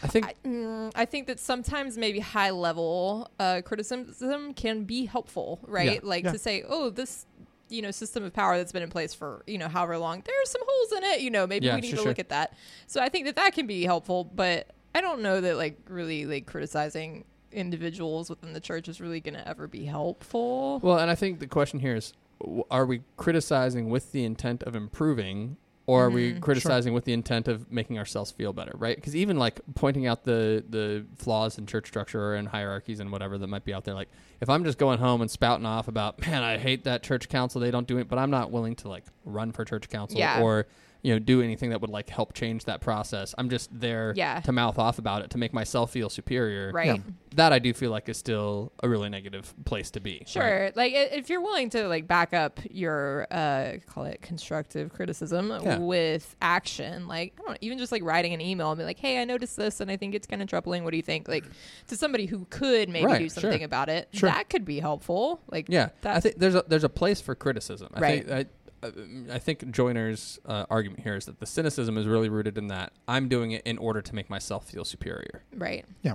Speaker 2: I think
Speaker 1: I, mm, I think that sometimes maybe high level uh, criticism can be helpful, right? Like
Speaker 3: yeah.
Speaker 1: to say, oh, this you know system of power that's been in place for you know however long, there's some holes in it. You know, maybe
Speaker 2: Yeah,
Speaker 1: we need
Speaker 2: sure,
Speaker 1: to
Speaker 2: sure.
Speaker 1: look at that. So I think that that can be helpful, but I don't know that like really like criticizing individuals within the church is really going to ever be helpful.
Speaker 2: Well, and I think the question here is w- are we criticizing with the intent of improving or are
Speaker 1: Mm-hmm.
Speaker 2: we criticizing with the intent of making ourselves feel better, right? Because even like pointing out the the flaws in church structure and hierarchies and whatever that might be out there, like if I'm just going home and spouting off about, man, I hate that church council, they don't do it, but I'm not willing to like run for church council
Speaker 1: Yeah.
Speaker 2: or you know do anything that would like help change that process. I'm just there
Speaker 1: Yeah.
Speaker 2: to mouth off about it to make myself feel superior.
Speaker 1: Right.
Speaker 3: Yeah.
Speaker 2: That I do feel like is still a really negative place to be. right?
Speaker 1: Sure. Like i- if you're willing to like back up your uh call it constructive criticism
Speaker 2: Yeah.
Speaker 1: with action, like I don't even just like writing an email and be like, "Hey, I noticed this and I think it's kind of troubling. What do you think?" Like to somebody who could maybe
Speaker 2: Right,
Speaker 1: do
Speaker 2: sure.
Speaker 1: something about it.
Speaker 3: Sure.
Speaker 1: That could be helpful. Like
Speaker 2: Yeah,
Speaker 1: that
Speaker 2: I think there's a there's a place for criticism. I Think, I, uh, I think Joyner's uh, argument here is that the cynicism is really rooted in that I'm doing it in order to make myself feel superior.
Speaker 1: right.
Speaker 3: Yeah.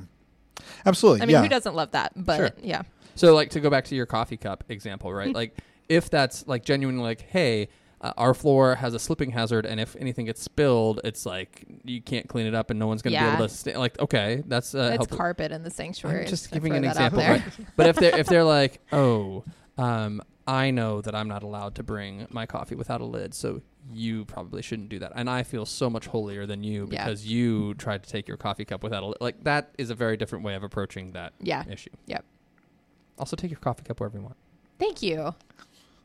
Speaker 3: Absolutely.
Speaker 1: I mean,
Speaker 3: yeah.
Speaker 1: who doesn't love that? But
Speaker 2: Sure.
Speaker 1: yeah.
Speaker 2: So, like to go back to your coffee cup
Speaker 1: <laughs>
Speaker 2: example, right? like if that's like genuinely like, hey. Uh, our floor has a slipping hazard, and if anything gets spilled, it's like you can't clean it up, and no one's going to
Speaker 1: Yeah.
Speaker 2: be able to. Stay, like, okay, that's uh,
Speaker 1: It's
Speaker 2: helpful.
Speaker 1: carpet in the sanctuary.
Speaker 2: I'm just
Speaker 1: gonna
Speaker 2: giving
Speaker 1: throw
Speaker 2: an
Speaker 1: that out
Speaker 2: example,
Speaker 1: there.
Speaker 2: right?
Speaker 1: <laughs>
Speaker 2: But if they're if they're like, oh, um, I know that I'm not allowed to bring my coffee without a lid, so you probably shouldn't do that, and I feel so much holier than you
Speaker 1: Yeah.
Speaker 2: because you tried to take your coffee cup without a lid. Like that is a very different way of approaching that
Speaker 1: Yeah.
Speaker 2: issue.
Speaker 1: Yep.
Speaker 2: Also, take your coffee cup wherever you want,
Speaker 1: Thank you.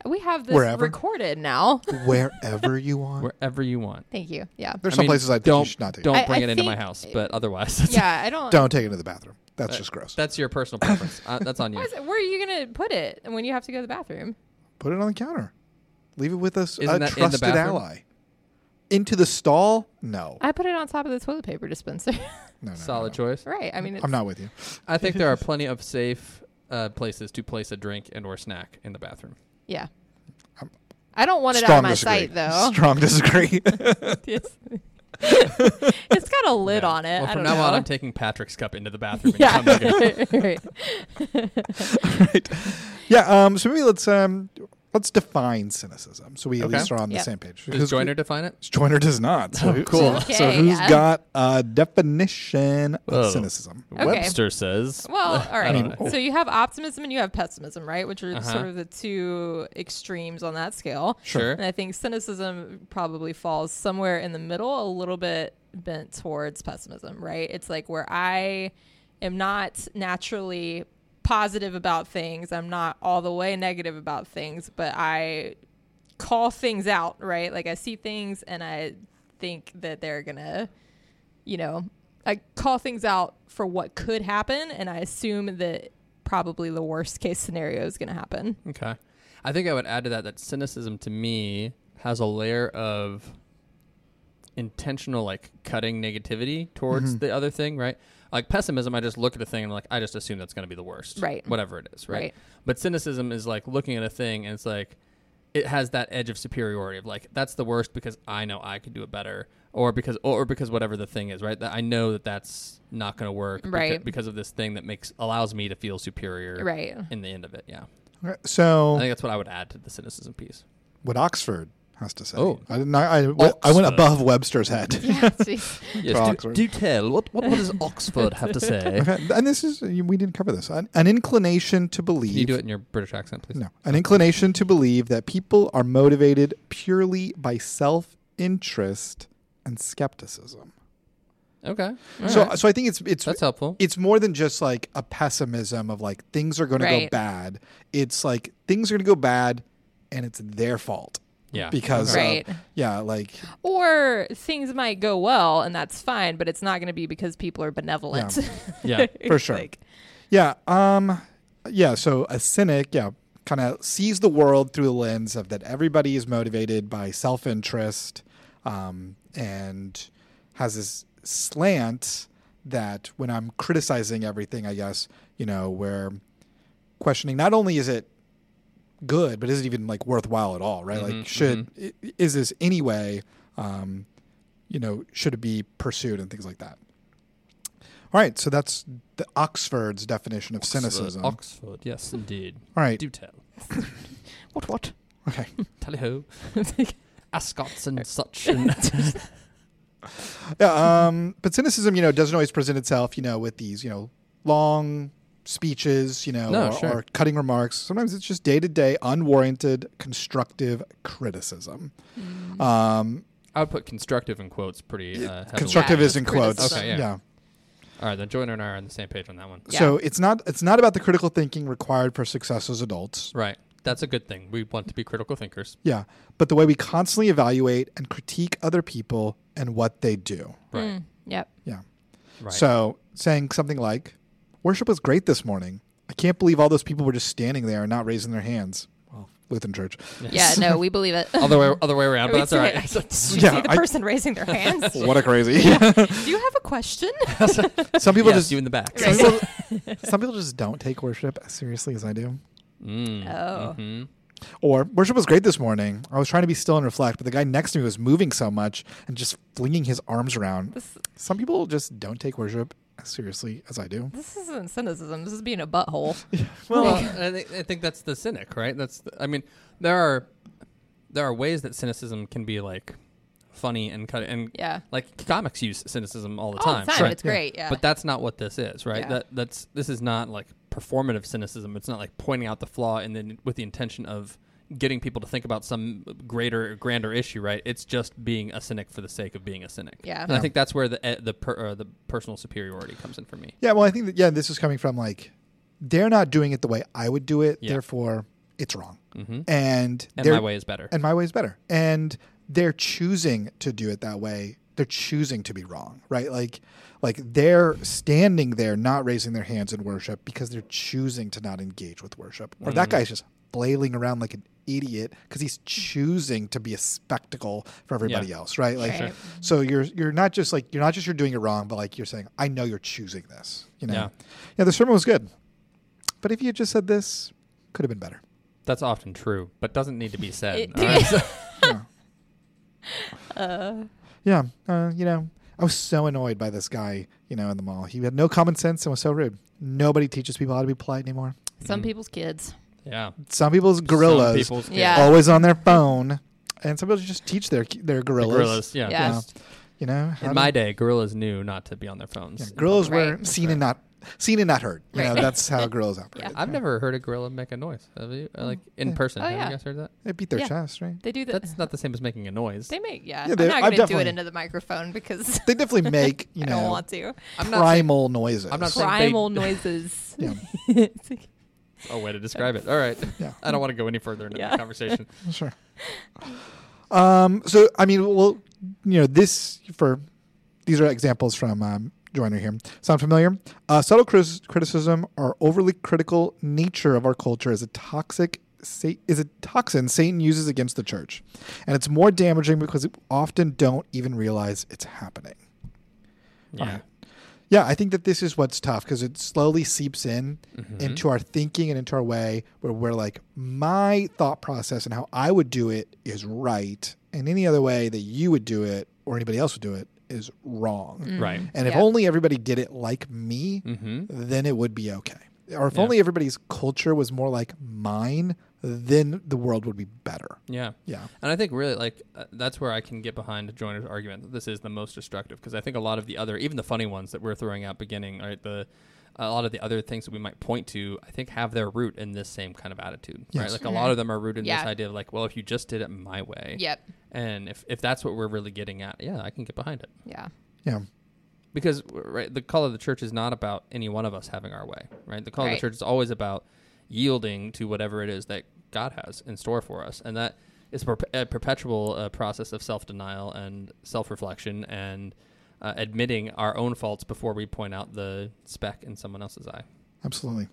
Speaker 1: We have this
Speaker 3: Wherever.
Speaker 1: recorded now.
Speaker 3: Wherever you want.
Speaker 2: wherever you want.
Speaker 1: Thank you.
Speaker 2: <laughs>
Speaker 1: Yeah.
Speaker 3: There's
Speaker 2: I
Speaker 3: some
Speaker 2: mean,
Speaker 3: places I think
Speaker 2: don't
Speaker 3: you should not take.
Speaker 2: don't
Speaker 1: I-
Speaker 2: bring
Speaker 1: I
Speaker 2: it into my
Speaker 1: think-
Speaker 2: house, but otherwise, that's,
Speaker 1: Yeah, I don't
Speaker 3: Don't take it to the bathroom. That's
Speaker 2: Uh,
Speaker 3: just
Speaker 2: <laughs>
Speaker 3: gross.
Speaker 2: that's your personal preference. uh, that's on you.
Speaker 1: Why is it- Where are you gonna put it when you have to go to the bathroom?
Speaker 3: Put it on the counter. Leave it with us.
Speaker 2: Isn't
Speaker 3: a
Speaker 2: that in the
Speaker 3: trusted
Speaker 2: bathroom?
Speaker 3: ally. Into the stall? No.
Speaker 1: I put it on top of the toilet paper dispenser. <laughs>
Speaker 3: no, no, no,
Speaker 2: Solid
Speaker 3: no.
Speaker 2: choice.
Speaker 1: right. I mean, it's,
Speaker 3: I'm not with you.
Speaker 2: I think there are plenty of safe uh, places to place a drink and or snack in the bathroom.
Speaker 1: Yeah.
Speaker 3: I'm-
Speaker 1: I don't want it out
Speaker 3: Strong
Speaker 1: of my
Speaker 3: disagree.
Speaker 2: <laughs>
Speaker 1: sight though.
Speaker 3: <laughs> Strong disagree.
Speaker 1: <laughs> Yes. it's got a lid
Speaker 2: Yeah.
Speaker 1: on it.
Speaker 2: Well,
Speaker 1: I don't
Speaker 2: from now
Speaker 1: know.
Speaker 2: on, I'm taking Patrick's cup into
Speaker 1: <laughs>
Speaker 2: the bathroom. And
Speaker 1: yeah.
Speaker 2: coming again.
Speaker 1: Right. <laughs>
Speaker 3: right. Yeah. Um. So maybe let's um let's define cynicism. So we at
Speaker 2: Okay.
Speaker 3: least are on the
Speaker 1: Yep.
Speaker 3: same page.
Speaker 2: Does Joyner define it?
Speaker 3: Joiner does not. So who-
Speaker 2: cool.
Speaker 3: So,
Speaker 1: Okay,
Speaker 3: who's
Speaker 1: yeah.
Speaker 3: got a definition
Speaker 2: Whoa.
Speaker 3: of cynicism?
Speaker 1: Okay.
Speaker 2: Webster says.
Speaker 1: Well, all
Speaker 2: I don't
Speaker 1: right.
Speaker 2: know.
Speaker 1: So you have optimism and you have pessimism, right? Which are
Speaker 2: Uh-huh.
Speaker 1: sort of the two extremes on that scale.
Speaker 2: Sure.
Speaker 1: And I think cynicism probably falls somewhere in the middle, a little bit bent towards pessimism, right? It's like where I am not naturally positive about things, I'm not all the way negative about things, but I call things out, right? Like I see things and I think that they're going to, you know, I call things out for what could happen and I assume that probably the worst case scenario is going to happen.
Speaker 2: Okay. I think I would add to that that cynicism to me has a layer of intentional like cutting negativity towards
Speaker 1: Mm-hmm.
Speaker 2: the other thing, right? Like pessimism, I just look at a thing and I'm like, I just assume that's going to be the worst,
Speaker 1: Right.
Speaker 2: Whatever it is, right?
Speaker 1: Right.
Speaker 2: But cynicism is like looking at a thing and it's like it has that edge of superiority of like that's the worst because I know I could do it better, or because or because whatever the thing is, right? That I know that that's not going to work, beca-
Speaker 1: Right.
Speaker 2: Because of this thing that makes allows me to feel superior,
Speaker 1: Right. <laughs>
Speaker 2: In the end of it, yeah.
Speaker 3: Okay,
Speaker 2: I
Speaker 3: So
Speaker 2: think that's what I would add to the cynicism piece.
Speaker 3: what Oxford has to say.
Speaker 2: Oh.
Speaker 3: I didn't. I, I, went- I went
Speaker 2: Oxford.
Speaker 3: above
Speaker 2: <laughs>
Speaker 3: Webster's head.
Speaker 1: Yeah, geez.
Speaker 3: do- Oxford. do
Speaker 2: tell. What, what does Oxford have to <laughs> say?
Speaker 3: Okay, and this is we didn't cover this. An, an inclination to believe.
Speaker 2: Can you do it in your British accent, please?
Speaker 3: No, an inclination to believe that people are motivated purely by self-interest and skepticism.
Speaker 2: Okay. All
Speaker 3: so,
Speaker 2: right.
Speaker 3: so I think it's it's
Speaker 2: that's helpful.
Speaker 3: it's more than just like a pessimism of like things are going to go
Speaker 1: Right.
Speaker 3: bad. It's like things are going to go bad, and it's their fault
Speaker 2: Yeah.
Speaker 3: because
Speaker 2: Okay.
Speaker 3: uh,
Speaker 1: Right.
Speaker 3: yeah, like
Speaker 1: Or things might go well and that's fine, but it's not going to be because people are benevolent. <laughs>
Speaker 2: yeah.
Speaker 3: for sure. yeah, um, yeah. So a cynic, yeah, kind of sees the world through the lens of that everybody is motivated by self-interest, um, and has this slant that when I'm criticizing everything, I guess you know where questioning not only is it good, but is it even like worthwhile at all? Right? like, should i- is this anyway? Um, you know, should it be pursued and things like that. All right, so that's the Oxford's definition of <laughs> cynicism. All
Speaker 2: Oxford. Yes, indeed. <laughs>
Speaker 3: right,
Speaker 2: Do tell.
Speaker 1: What, what? <laughs>
Speaker 3: okay.
Speaker 2: Tally ho. Ascots and such. And <laughs>
Speaker 3: Yeah, um, but cynicism, you know, doesn't always present itself, you know, with these, you know, long speeches, you know,
Speaker 2: No,
Speaker 3: or,
Speaker 2: sure.
Speaker 3: or cutting remarks. Sometimes it's just day to day, unwarranted, constructive criticism. Um,
Speaker 2: I would put constructive in quotes pretty uh, heavily.
Speaker 3: constructive
Speaker 1: Yeah,
Speaker 3: is in
Speaker 1: it's
Speaker 3: quotes.
Speaker 1: criticism.
Speaker 2: Okay, yeah.
Speaker 3: yeah.
Speaker 2: All right, then Joyner and I are on the same page on that one.
Speaker 1: Yeah.
Speaker 3: So it's not it's not about the critical thinking required for success as adults.
Speaker 2: Right. That's a good thing. We want to be critical thinkers.
Speaker 3: Yeah, but the way we constantly evaluate and critique other people and what they do.
Speaker 2: Right.
Speaker 1: Mm, Yep.
Speaker 3: Yeah.
Speaker 2: Right.
Speaker 3: So saying something like, "Worship was great this morning. I can't believe all those people were just standing there and not raising their hands." Well, Lutheran Church.
Speaker 1: Yeah, no, we believe it. <laughs>
Speaker 2: other way, other way around, but
Speaker 1: We
Speaker 2: that's
Speaker 1: see
Speaker 2: all
Speaker 1: it.
Speaker 2: right. <laughs>
Speaker 1: Did you
Speaker 3: Yeah,
Speaker 1: see the
Speaker 3: I-
Speaker 1: person raising their hands?
Speaker 3: <laughs> What a crazy.
Speaker 1: Do you have a question? <laughs>
Speaker 3: some people
Speaker 2: Yes,
Speaker 3: just
Speaker 2: you in the back.
Speaker 3: some people,
Speaker 2: <laughs>
Speaker 3: some people just don't take worship as seriously as I do.
Speaker 2: Mm.
Speaker 1: Oh.
Speaker 2: hmm
Speaker 3: Or worship was great this morning. I was trying to be still and reflect, but the guy next to me was moving so much and just flinging his arms around.
Speaker 1: This-
Speaker 3: Some people just don't take worship as seriously as I do.
Speaker 1: This isn't cynicism. This is being a butthole.
Speaker 2: Well, I, think, I think that's the cynic, right? That's the, I mean, there are there are ways that cynicism can be like funny and cut and
Speaker 1: Yeah.
Speaker 2: like comics use cynicism all the
Speaker 1: All the
Speaker 2: time,
Speaker 1: time.
Speaker 2: sure.
Speaker 1: It's
Speaker 3: Yeah.
Speaker 1: great. Yeah.
Speaker 2: but that's not what this is, right?
Speaker 1: Yeah.
Speaker 2: That that's this is not like performative cynicism. It's not like pointing out the flaw and then with the intention of getting people to think about some greater grander issue, right? It's just being a cynic for the sake of being a cynic.
Speaker 1: Yeah.
Speaker 2: And I think that's where the eh, the per, uh, the personal superiority comes in for me.
Speaker 3: Yeah, well, I think that, yeah, this is coming from like, they're not doing it the way I would do it.
Speaker 2: Yeah.
Speaker 3: Therefore, it's wrong.
Speaker 2: Mhm.
Speaker 3: And,
Speaker 2: And
Speaker 3: they're-
Speaker 2: my way is better.
Speaker 3: And my way is better. And they're choosing to do it that way. They're choosing to be wrong, right? Like, like they're standing there, not raising their hands in worship because they're choosing to not engage with worship. Or
Speaker 2: Mm-hmm.
Speaker 3: that guy's just flailing around like an idiot because he's choosing to be a spectacle for everybody
Speaker 2: Yeah.
Speaker 3: else, right? Like,
Speaker 1: Right.
Speaker 3: so you're you're not just like you're not just you're doing it wrong, but like you're saying, I know you're choosing this. You know,
Speaker 2: Yeah.
Speaker 3: yeah. The sermon was good, but if you had just said this, could have
Speaker 2: <laughs>
Speaker 3: been better.
Speaker 2: That's <laughs>
Speaker 1: <laughs>
Speaker 2: often true, but doesn't need to be said.
Speaker 1: It-
Speaker 2: all right?
Speaker 3: Yeah.
Speaker 1: uh,
Speaker 3: yeah, uh, you know, I was so annoyed by this guy, you know, in the mall. He had no common sense and was so rude. Nobody teaches people how to be polite anymore.
Speaker 1: Some
Speaker 2: Mm.
Speaker 1: people's kids.
Speaker 2: Yeah.
Speaker 3: Some people's gorillas
Speaker 2: Some people's
Speaker 1: Yeah.
Speaker 3: always on their phone, and some people just teach their their gorillas.
Speaker 2: Gorillas. Yeah.
Speaker 1: Yeah.
Speaker 3: Yeah. You know,
Speaker 2: In
Speaker 3: how to-
Speaker 2: my day, gorillas knew not to be on their
Speaker 3: yeah,
Speaker 2: phones.
Speaker 3: gorillas
Speaker 1: Right.
Speaker 3: were seen and not seen and not heard. You know,
Speaker 1: Right.
Speaker 3: that's how gorillas operated.
Speaker 2: I've never heard a gorilla make a noise. Have you? Uh, Like in
Speaker 3: Yeah.
Speaker 2: person.
Speaker 1: Oh,
Speaker 2: have
Speaker 1: yeah.
Speaker 2: you guys heard that?
Speaker 3: They beat their
Speaker 1: Yeah.
Speaker 3: chest, right?
Speaker 1: They do that.
Speaker 2: That's not the same as making a noise.
Speaker 1: They make yeah.
Speaker 3: Yeah, they-
Speaker 1: I'm not
Speaker 3: I
Speaker 1: going to do it
Speaker 3: definitely-
Speaker 1: into the microphone because
Speaker 2: <laughs>
Speaker 3: They definitely make
Speaker 1: <laughs>
Speaker 3: you
Speaker 1: I don't
Speaker 3: know
Speaker 1: want to.
Speaker 2: I'm not saying,
Speaker 3: primal noises.
Speaker 2: I'm not saying- they-
Speaker 1: Primal noises.
Speaker 3: Yeah.
Speaker 1: It's like-
Speaker 2: a way to describe it. All right.
Speaker 3: Yeah.
Speaker 2: <laughs> I don't want to go any further into
Speaker 1: Yeah.
Speaker 2: the
Speaker 3: <laughs>
Speaker 2: conversation. <laughs>
Speaker 3: Sure. Um, so I mean, well, you know, this for these are examples from um, Joyner here. Sound familiar? Uh, subtle cris- criticism or overly critical nature of our culture is a toxic sa- is a toxin Satan uses against the church, and it's more damaging because we often don't even realize it's happening.
Speaker 2: Yeah.
Speaker 3: Alright. Yeah, I think that this is what's tough because it slowly seeps in
Speaker 2: Mhm.
Speaker 3: into our thinking and into our way where we're like, my thought process and how I would do it is right. And any other way that you would do it or anybody else would do it is wrong.
Speaker 2: Right.
Speaker 3: And if
Speaker 1: Yeah.
Speaker 3: only everybody did it like me,
Speaker 2: Mm-hmm.
Speaker 3: then it would be okay. Or if
Speaker 2: Yeah.
Speaker 3: only everybody's culture was more like mine, then the world would be better.
Speaker 2: Yeah.
Speaker 3: Yeah.
Speaker 2: And I think really like uh, that's where I can get behind Joyner's argument that this is the most destructive because I think a lot of the other, even the funny ones that we're throwing out beginning, right, the a lot of the other things that we might point to, I think have their root in this same kind of attitude, right?
Speaker 3: Yes.
Speaker 2: Like a lot of them are rooted in
Speaker 1: Yeah.
Speaker 2: this idea of like, well, if you just did it my way,
Speaker 1: <laughs> Yep.
Speaker 2: and if if that's what we're really getting at, yeah, I can get behind it
Speaker 1: Yeah.
Speaker 3: Yeah.
Speaker 2: because right, the call of the church is not about any one of us having our way, right? The call of
Speaker 1: Right.
Speaker 2: the church is always about yielding to whatever it is that God has in store for us, and that is per- a perpetual uh, process of self denial and self reflection and uh, admitting our own faults before we point out the speck in someone else's eye.
Speaker 3: Absolutely.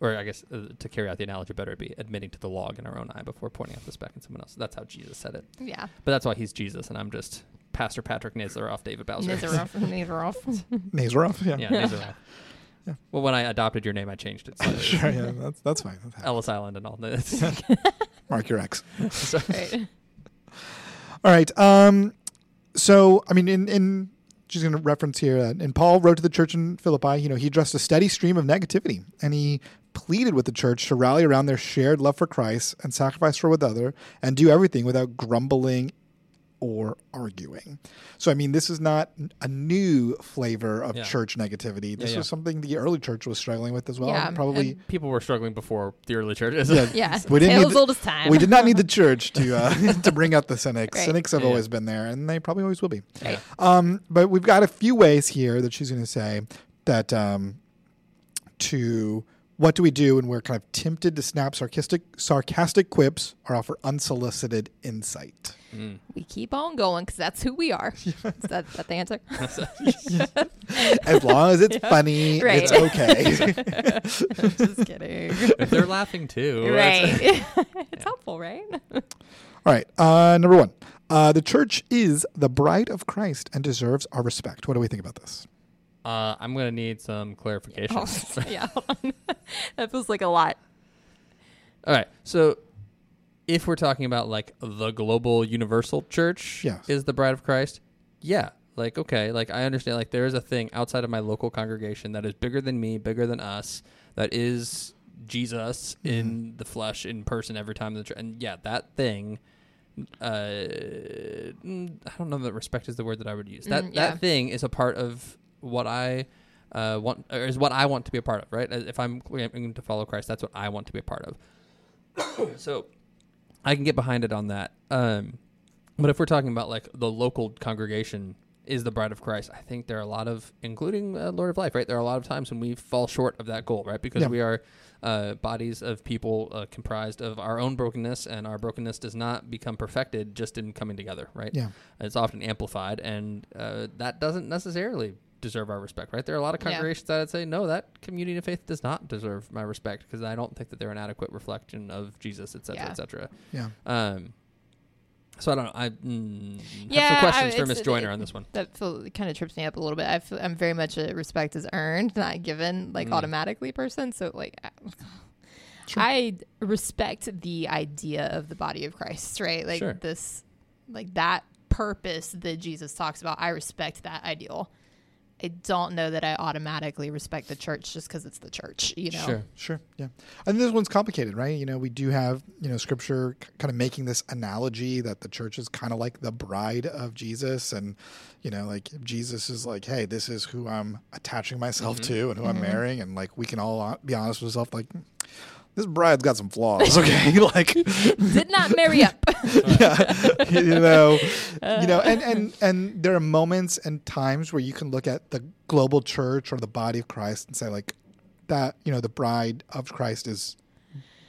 Speaker 2: Or I guess uh, to carry out the analogy better, it'd be admitting to the log in our own eye before pointing out the speck in someone else. That's how Jesus said it,
Speaker 1: Yeah.
Speaker 2: but that's why he's Jesus, and I'm just Pastor Patrick Nazar off David Bowser.
Speaker 1: Nazaroff. Nazaroff.
Speaker 3: Knees are off. Yeah.
Speaker 2: Yeah, Nazareth.
Speaker 3: <laughs> Yeah.
Speaker 2: Well, when I adopted your name, I changed it. slightly.
Speaker 3: <laughs> Sure. Yeah. That's, that's fine. That's fine.
Speaker 2: Ellis Island and all
Speaker 3: <laughs>
Speaker 2: this.
Speaker 3: Mark your X.
Speaker 2: <laughs> So-
Speaker 1: <laughs> Right.
Speaker 3: All right. Um, so, I mean, in, in just going to reference here, uh, and Paul wrote to the church in Philippi, you know, he addressed a steady stream of negativity and he pleaded with the church to rally around their shared love for Christ and sacrifice for with other and do everything without grumbling or arguing. So, I mean, this is not a new flavor of
Speaker 2: Yeah.
Speaker 3: church negativity. This
Speaker 2: yeah.
Speaker 3: was something the early church was struggling with as well.
Speaker 1: Yeah,
Speaker 3: Probably.
Speaker 2: And people were struggling before the early churches.
Speaker 3: Yeah.
Speaker 1: Yeah.
Speaker 3: We didn't
Speaker 1: Tale
Speaker 3: need
Speaker 1: as
Speaker 3: to-
Speaker 1: old as time.
Speaker 3: we did not
Speaker 1: <laughs>
Speaker 3: need the church to uh, <laughs> to bring out the cynics.
Speaker 1: Right.
Speaker 3: Cynics have
Speaker 2: Yeah.
Speaker 3: always been there, and they probably always will be.
Speaker 1: Right.
Speaker 3: Um, but we've got a few ways here that she's going to say that um, to what do we do when we're kind of tempted to snap sarcastic sarcastic quips or offer unsolicited insight?
Speaker 2: <laughs> Mm.
Speaker 1: We keep on going because that's who we
Speaker 3: <laughs>
Speaker 1: are. Is that, that the answer?
Speaker 3: As long as it's funny,
Speaker 1: Right.
Speaker 3: it's okay. <laughs>
Speaker 1: Just kidding.
Speaker 2: If they're laughing too. that's-
Speaker 1: right. <laughs> it's helpful, right?
Speaker 3: All right, uh, number one. Uh, the church is the bride of Christ and deserves our respect. What do we think about this?
Speaker 2: Uh, I'm going to need some clarification.
Speaker 1: Oh, <laughs> yeah. hold on. that feels like a lot.
Speaker 2: All right. So if we're talking about like the global universal church
Speaker 3: Yes.
Speaker 2: is the bride of Christ, yeah. Like, okay, like I understand like there is a thing outside of my local congregation that is bigger than me, bigger than us, that is Jesus in the flesh in person every time the church. and yeah, that thing uh mm, I don't know that respect is the word that I would use. That
Speaker 1: Mm, yeah.
Speaker 2: that thing is a part of what I uh, want or is what I want to be a part of, right? If I'm claiming to follow Christ, that's what I want to be a part of <coughs> so I can get behind it on that. Um, but if we're talking about like the local congregation is the bride of Christ, I think there are a lot of, including uh, Lord of Life, right? There are a lot of times when we fall short of that goal, right? Because
Speaker 3: Yeah.
Speaker 2: we are uh, bodies of people uh, comprised of our own brokenness, and our brokenness does not become perfected just in coming together, right?
Speaker 3: Yeah.
Speaker 2: It's often amplified, and uh, that doesn't necessarily deserve our respect, right? There are a lot of
Speaker 1: Yeah.
Speaker 2: congregations that I'd say, no, that community of faith does not deserve my respect because I don't think that they're an adequate reflection of Jesus, et cetera,
Speaker 1: Yeah.
Speaker 2: et cetera.
Speaker 3: Yeah.
Speaker 2: Um, so I don't know. I mm,
Speaker 1: Yeah,
Speaker 2: have some questions
Speaker 1: I-
Speaker 2: for
Speaker 1: it's-
Speaker 2: Miss Joyner
Speaker 1: it-
Speaker 2: on this one.
Speaker 1: That feel, kind of trips me up a little bit. I feel, I'm very much a respect is earned, not given, like
Speaker 2: Mm.
Speaker 1: automatically person. So, like, I, <sighs>
Speaker 3: Sure.
Speaker 1: I respect the idea of the body of Christ, right? Like
Speaker 2: Sure.
Speaker 1: this, like that purpose that Jesus talks about, I respect that ideal. I don't know that I automatically respect the church just because it's the church, you know.
Speaker 2: Sure.
Speaker 3: Sure. Yeah. And this one's complicated, right? You know, we do have, you know, scripture k- kind of making this analogy that the church is kind of like the bride of Jesus. And, you know, like if Jesus is like, hey, this is who I'm attaching myself to and who I'm marrying. And like, we can all uh, be honest with ourselves, like, this bride's got some flaws. <laughs> Okay. like,
Speaker 1: Did not
Speaker 2: <laughs>
Speaker 1: marry up.
Speaker 3: yeah, <laughs> you know, you know, and and
Speaker 2: Uh.
Speaker 3: and there are moments and times where you can look at the global church or the body of Christ and say like that, you know, the bride of Christ is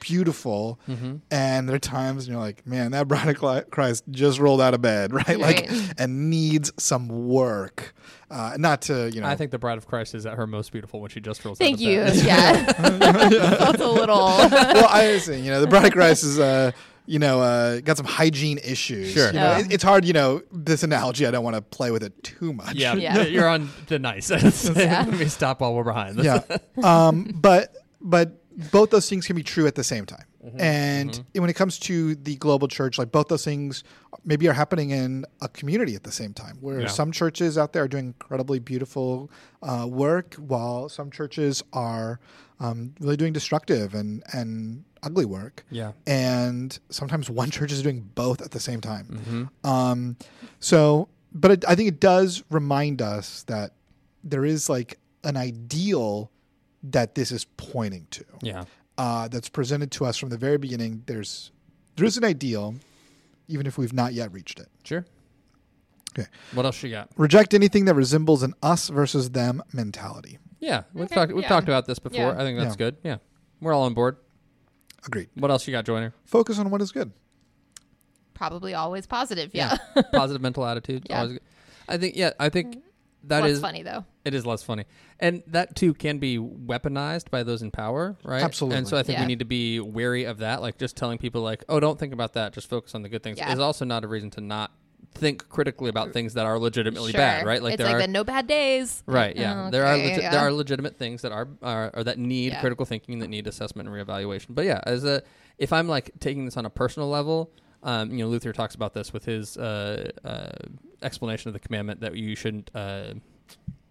Speaker 3: beautiful,
Speaker 2: Mm-hmm.
Speaker 3: and there are times when you're like, man, that bride of Cli- Christ just rolled out of bed, <laughs> right? Like,
Speaker 1: Right.
Speaker 3: and needs some work. Uh, not to you know,
Speaker 2: I
Speaker 3: <laughs>
Speaker 2: think <laughs> the bride of Christ is at her most beautiful when she just rolls.
Speaker 1: Thank
Speaker 2: out of
Speaker 1: you. <laughs>
Speaker 2: Bed.
Speaker 1: Yeah.
Speaker 2: <laughs>
Speaker 1: That's a little
Speaker 3: well, I was saying, you know, the bride of Christ is, uh, you know, uh, got some hygiene issues.
Speaker 2: Sure. Oh.
Speaker 3: You know,
Speaker 1: Yeah.
Speaker 3: it- it's hard, you know, this analogy, I don't want to play with it too much.
Speaker 2: Yeah,
Speaker 1: Yeah.
Speaker 2: <laughs> you're on
Speaker 1: <laughs>
Speaker 2: the nice. Let me stop while we're behind. This.
Speaker 3: yeah. Um, but, but both those things can be true at the same time. And when it comes to the global church, like both those things maybe are happening in a community at the same time, where
Speaker 2: Yeah.
Speaker 3: some churches out there are doing incredibly beautiful uh, work, while some churches are um, really doing destructive and, and ugly work
Speaker 2: Yeah.
Speaker 3: and sometimes one church is doing both at the same time. Um, so, but it, I think it does remind us that there is like an ideal that this is pointing to
Speaker 2: Yeah.
Speaker 3: uh, that's presented to us from the very beginning. There's there is an ideal, even if we've not yet reached it.
Speaker 2: Sure.
Speaker 3: Okay.
Speaker 2: What else you got?
Speaker 3: Reject anything that resembles an us versus them mentality.
Speaker 2: Yeah, we've
Speaker 1: Okay,
Speaker 2: talked we've
Speaker 1: yeah.
Speaker 2: talked about this before.
Speaker 1: Yeah.
Speaker 2: I think that's
Speaker 3: Yeah.
Speaker 2: good. Yeah, we're all on board.
Speaker 3: Agreed.
Speaker 2: What else you got, Joyner?
Speaker 3: Focus on what is good.
Speaker 1: probably always positive. Yeah.
Speaker 2: positive mental attitude.
Speaker 1: <laughs> Yeah.
Speaker 2: always good. I think. Yeah, I think that
Speaker 1: That's
Speaker 2: is
Speaker 1: funny though.
Speaker 2: it is less funny, and that too can be weaponized by those in power, right?
Speaker 3: Absolutely.
Speaker 2: And so I think
Speaker 1: Yeah.
Speaker 2: we need to be wary of that. Like just telling people, like, oh, don't think about that. Just focus on the good things.
Speaker 1: Yeah.
Speaker 2: Is also not a reason to not think critically about things that are legitimately
Speaker 1: Sure.
Speaker 2: bad, right? Like
Speaker 1: it's
Speaker 2: there
Speaker 1: like
Speaker 2: are
Speaker 1: the no bad days. Oh,
Speaker 2: Right. Yeah. There are
Speaker 1: Okay,
Speaker 2: legi-
Speaker 1: yeah.
Speaker 2: there are legitimate things that are, are or that need
Speaker 1: Yeah.
Speaker 2: critical thinking, that need assessment and reevaluation. But yeah, as a if I'm like taking this on a personal level, um, you know, Luther talks about this with his uh, uh, explanation of the commandment that you shouldn't. Uh,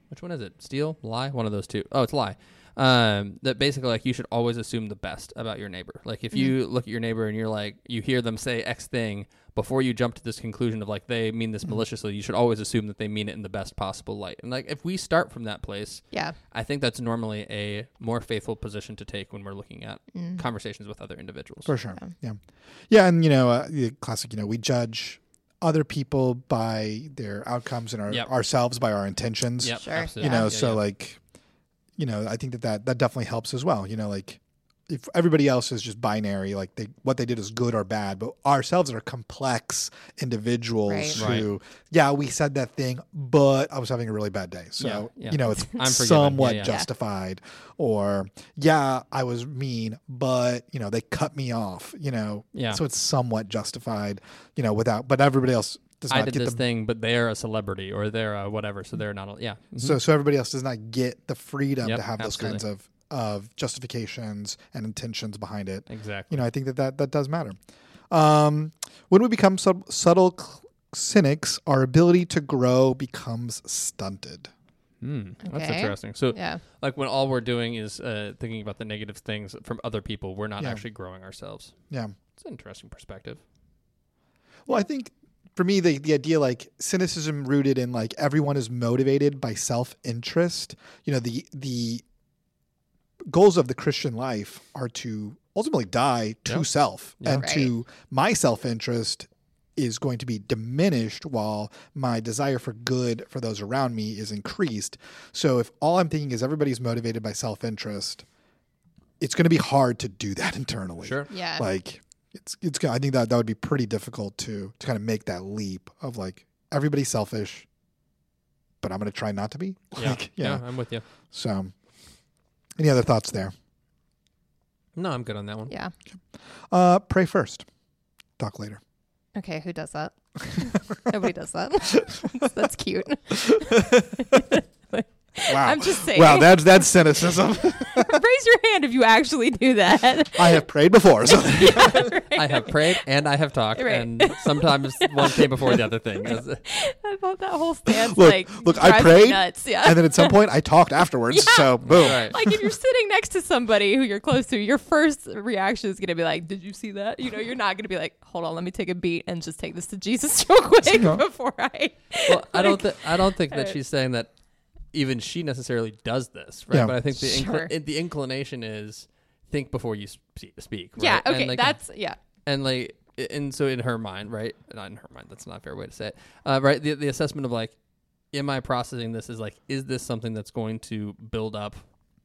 Speaker 2: which one is it? Steal, lie, one of those two. Oh, it's lie. Um, that basically like you should always assume the best about your neighbor. Like if you look at your neighbor and you're like you hear them say X thing before you jump to this conclusion of like they mean this maliciously, you should always assume that they mean it in the best possible light. And like if we start from that place,
Speaker 1: Yeah.
Speaker 2: I think that's normally a more faithful position to take when we're looking at
Speaker 1: Mm.
Speaker 2: conversations with other individuals.
Speaker 3: For sure. Yeah. Yeah. And, you know, uh, the classic, you know, we judge other people by their outcomes and our,
Speaker 2: Yep.
Speaker 3: ourselves by our intentions.
Speaker 2: Yep,
Speaker 1: Sure.
Speaker 2: absolutely.
Speaker 3: You
Speaker 1: Yeah.
Speaker 3: know,
Speaker 2: Yeah,
Speaker 3: so
Speaker 2: yeah.
Speaker 3: like, you know, I think that, that that definitely helps as well. You know, like if everybody else is just binary, like they what they did is good or bad, but ourselves are complex individuals
Speaker 1: Right.
Speaker 3: who, yeah, we said that thing, but I was having a really bad day. So,
Speaker 2: Yeah, yeah.
Speaker 3: you know,
Speaker 2: <laughs>
Speaker 3: it's
Speaker 2: I'm forgiven. Yeah,
Speaker 3: somewhat
Speaker 2: yeah.
Speaker 3: just justified or yeah i was mean but you know they cut me off you know
Speaker 2: Yeah.
Speaker 3: so it's somewhat justified you know without but everybody else does
Speaker 2: I
Speaker 3: not
Speaker 2: did
Speaker 3: get
Speaker 2: this
Speaker 3: the
Speaker 2: thing, but they're a celebrity or they're a whatever, so they're not. A, yeah,
Speaker 3: so so everybody else does not get the freedom
Speaker 2: Mm-hmm. Yep,
Speaker 3: to have those
Speaker 2: absolutely.
Speaker 3: kinds of of justifications and intentions behind it
Speaker 2: exactly.
Speaker 3: you know i think that that, that does matter um when we become sub- subtle cl- cynics our ability to grow becomes stunted
Speaker 2: Mm, That's
Speaker 1: Okay.
Speaker 2: interesting. So
Speaker 1: Yeah.
Speaker 2: like when all we're doing is uh, thinking about the negative things from other people, we're not
Speaker 3: Yeah.
Speaker 2: actually growing ourselves.
Speaker 3: yeah
Speaker 2: It's an interesting perspective.
Speaker 3: Well, I think for me, the, the idea like cynicism rooted in like everyone is motivated by self interest. You know, the the goals of the Christian life are to ultimately die to
Speaker 2: Yeah.
Speaker 3: self
Speaker 2: Yeah.
Speaker 3: and to my self interest is going to be diminished while my desire for good for those around me is increased. So if all I'm thinking is everybody's motivated by self interest, it's going to be hard to do that <laughs> internally
Speaker 2: Sure.
Speaker 1: Yeah.
Speaker 3: like it's it's I think that that would be pretty difficult to to kind of make that leap of like everybody's selfish, but I'm gonna try not to be.
Speaker 2: Yeah.
Speaker 3: Like
Speaker 2: yeah.
Speaker 3: yeah.
Speaker 2: I'm with you.
Speaker 3: So any other thoughts there?
Speaker 2: No, I'm good on that one.
Speaker 1: yeah.
Speaker 3: Uh pray first.
Speaker 1: <laughs>
Speaker 3: Talk later.
Speaker 1: Okay, who does
Speaker 3: <laughs>
Speaker 1: that? Nobody does that. That's cute.
Speaker 3: Wow.
Speaker 1: I'm just saying.
Speaker 3: Wow, that's that's cynicism.
Speaker 1: <laughs> Raise your hand if you actually do that. <laughs>
Speaker 3: I have prayed before. So.
Speaker 2: I have prayed and I have talked,
Speaker 1: Right.
Speaker 2: and sometimes one came before the
Speaker 1: <laughs>
Speaker 2: other thing. That's-
Speaker 1: I thought that whole stance
Speaker 3: Look,
Speaker 1: like
Speaker 3: look, I
Speaker 1: drives me
Speaker 3: prayed,
Speaker 1: nuts. Yeah.
Speaker 3: and then at some point I talked afterwards.
Speaker 1: Yeah.
Speaker 3: So boom.
Speaker 1: <laughs>
Speaker 2: Right.
Speaker 1: like if you're sitting next to somebody who you're close to, your first reaction is gonna be like, "Did you see that?" You know, you're not gonna be like, "Hold on, let me take a beat and just take this to Jesus <laughs> real quick
Speaker 3: Yeah.
Speaker 1: before I."
Speaker 2: <laughs> Well, I don't.
Speaker 1: Like,
Speaker 2: Th- I don't think that
Speaker 1: uh,
Speaker 2: she's saying that even she necessarily does this, right?
Speaker 3: Yeah.
Speaker 2: But I think the
Speaker 1: Sure.
Speaker 2: incl- the inclination is think before you sp- speak. Right?
Speaker 1: yeah. Okay.
Speaker 2: and like,
Speaker 1: that's yeah.
Speaker 2: and like i- and so in her mind, right? Not in her mind. That's not a fair way to say it. Uh, right. The the assessment of like, am I processing this? Is like, is this something that's going to build up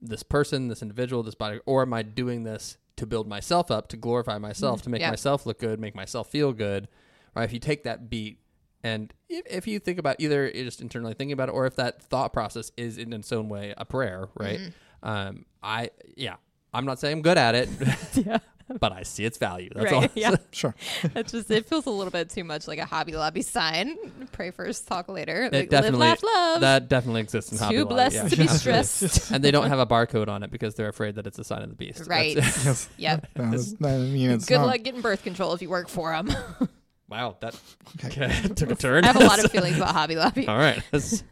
Speaker 2: this person, this individual, this body, or am I doing this to build myself up, to glorify myself, to make
Speaker 1: Mm, yeah.
Speaker 2: myself look good, make myself feel good? Right. If you take that beat. And if, if you think about either you're just internally thinking about it, or if that thought process is in its own way a prayer, right?
Speaker 1: Mm-hmm.
Speaker 2: Um, I yeah, I'm not saying I'm good at it,
Speaker 1: <laughs> Yeah.
Speaker 2: <laughs> but I see its value. That's
Speaker 1: right.
Speaker 2: all.
Speaker 1: <laughs>
Speaker 2: <laughs>
Speaker 1: Yeah.
Speaker 3: Sure.
Speaker 1: That's just it feels a little bit too much like a Hobby Lobby sign. Pray first, talk later.
Speaker 2: It
Speaker 1: Like, live, laugh, love.
Speaker 2: <laughs> That definitely exists in Hobby
Speaker 1: too
Speaker 2: Lobby,
Speaker 1: blessed
Speaker 2: yeah. <laughs>
Speaker 1: to be
Speaker 2: Absolutely.
Speaker 1: stressed.
Speaker 2: and they don't have a barcode on it because they're afraid that it's a sign of the beast. That's
Speaker 1: <laughs> right.
Speaker 2: it. <laughs>
Speaker 3: Yes.
Speaker 1: Yep.
Speaker 3: No, it's- I mean, it's
Speaker 1: Good
Speaker 3: not-
Speaker 1: luck getting birth control if you work for
Speaker 2: <laughs>
Speaker 1: them.
Speaker 2: wow, that <laughs> okay,
Speaker 1: <laughs>
Speaker 2: took a turn.
Speaker 1: I
Speaker 2: <laughs>
Speaker 1: have a lot of feelings about Hobby Lobby. <laughs>
Speaker 2: All right. That's-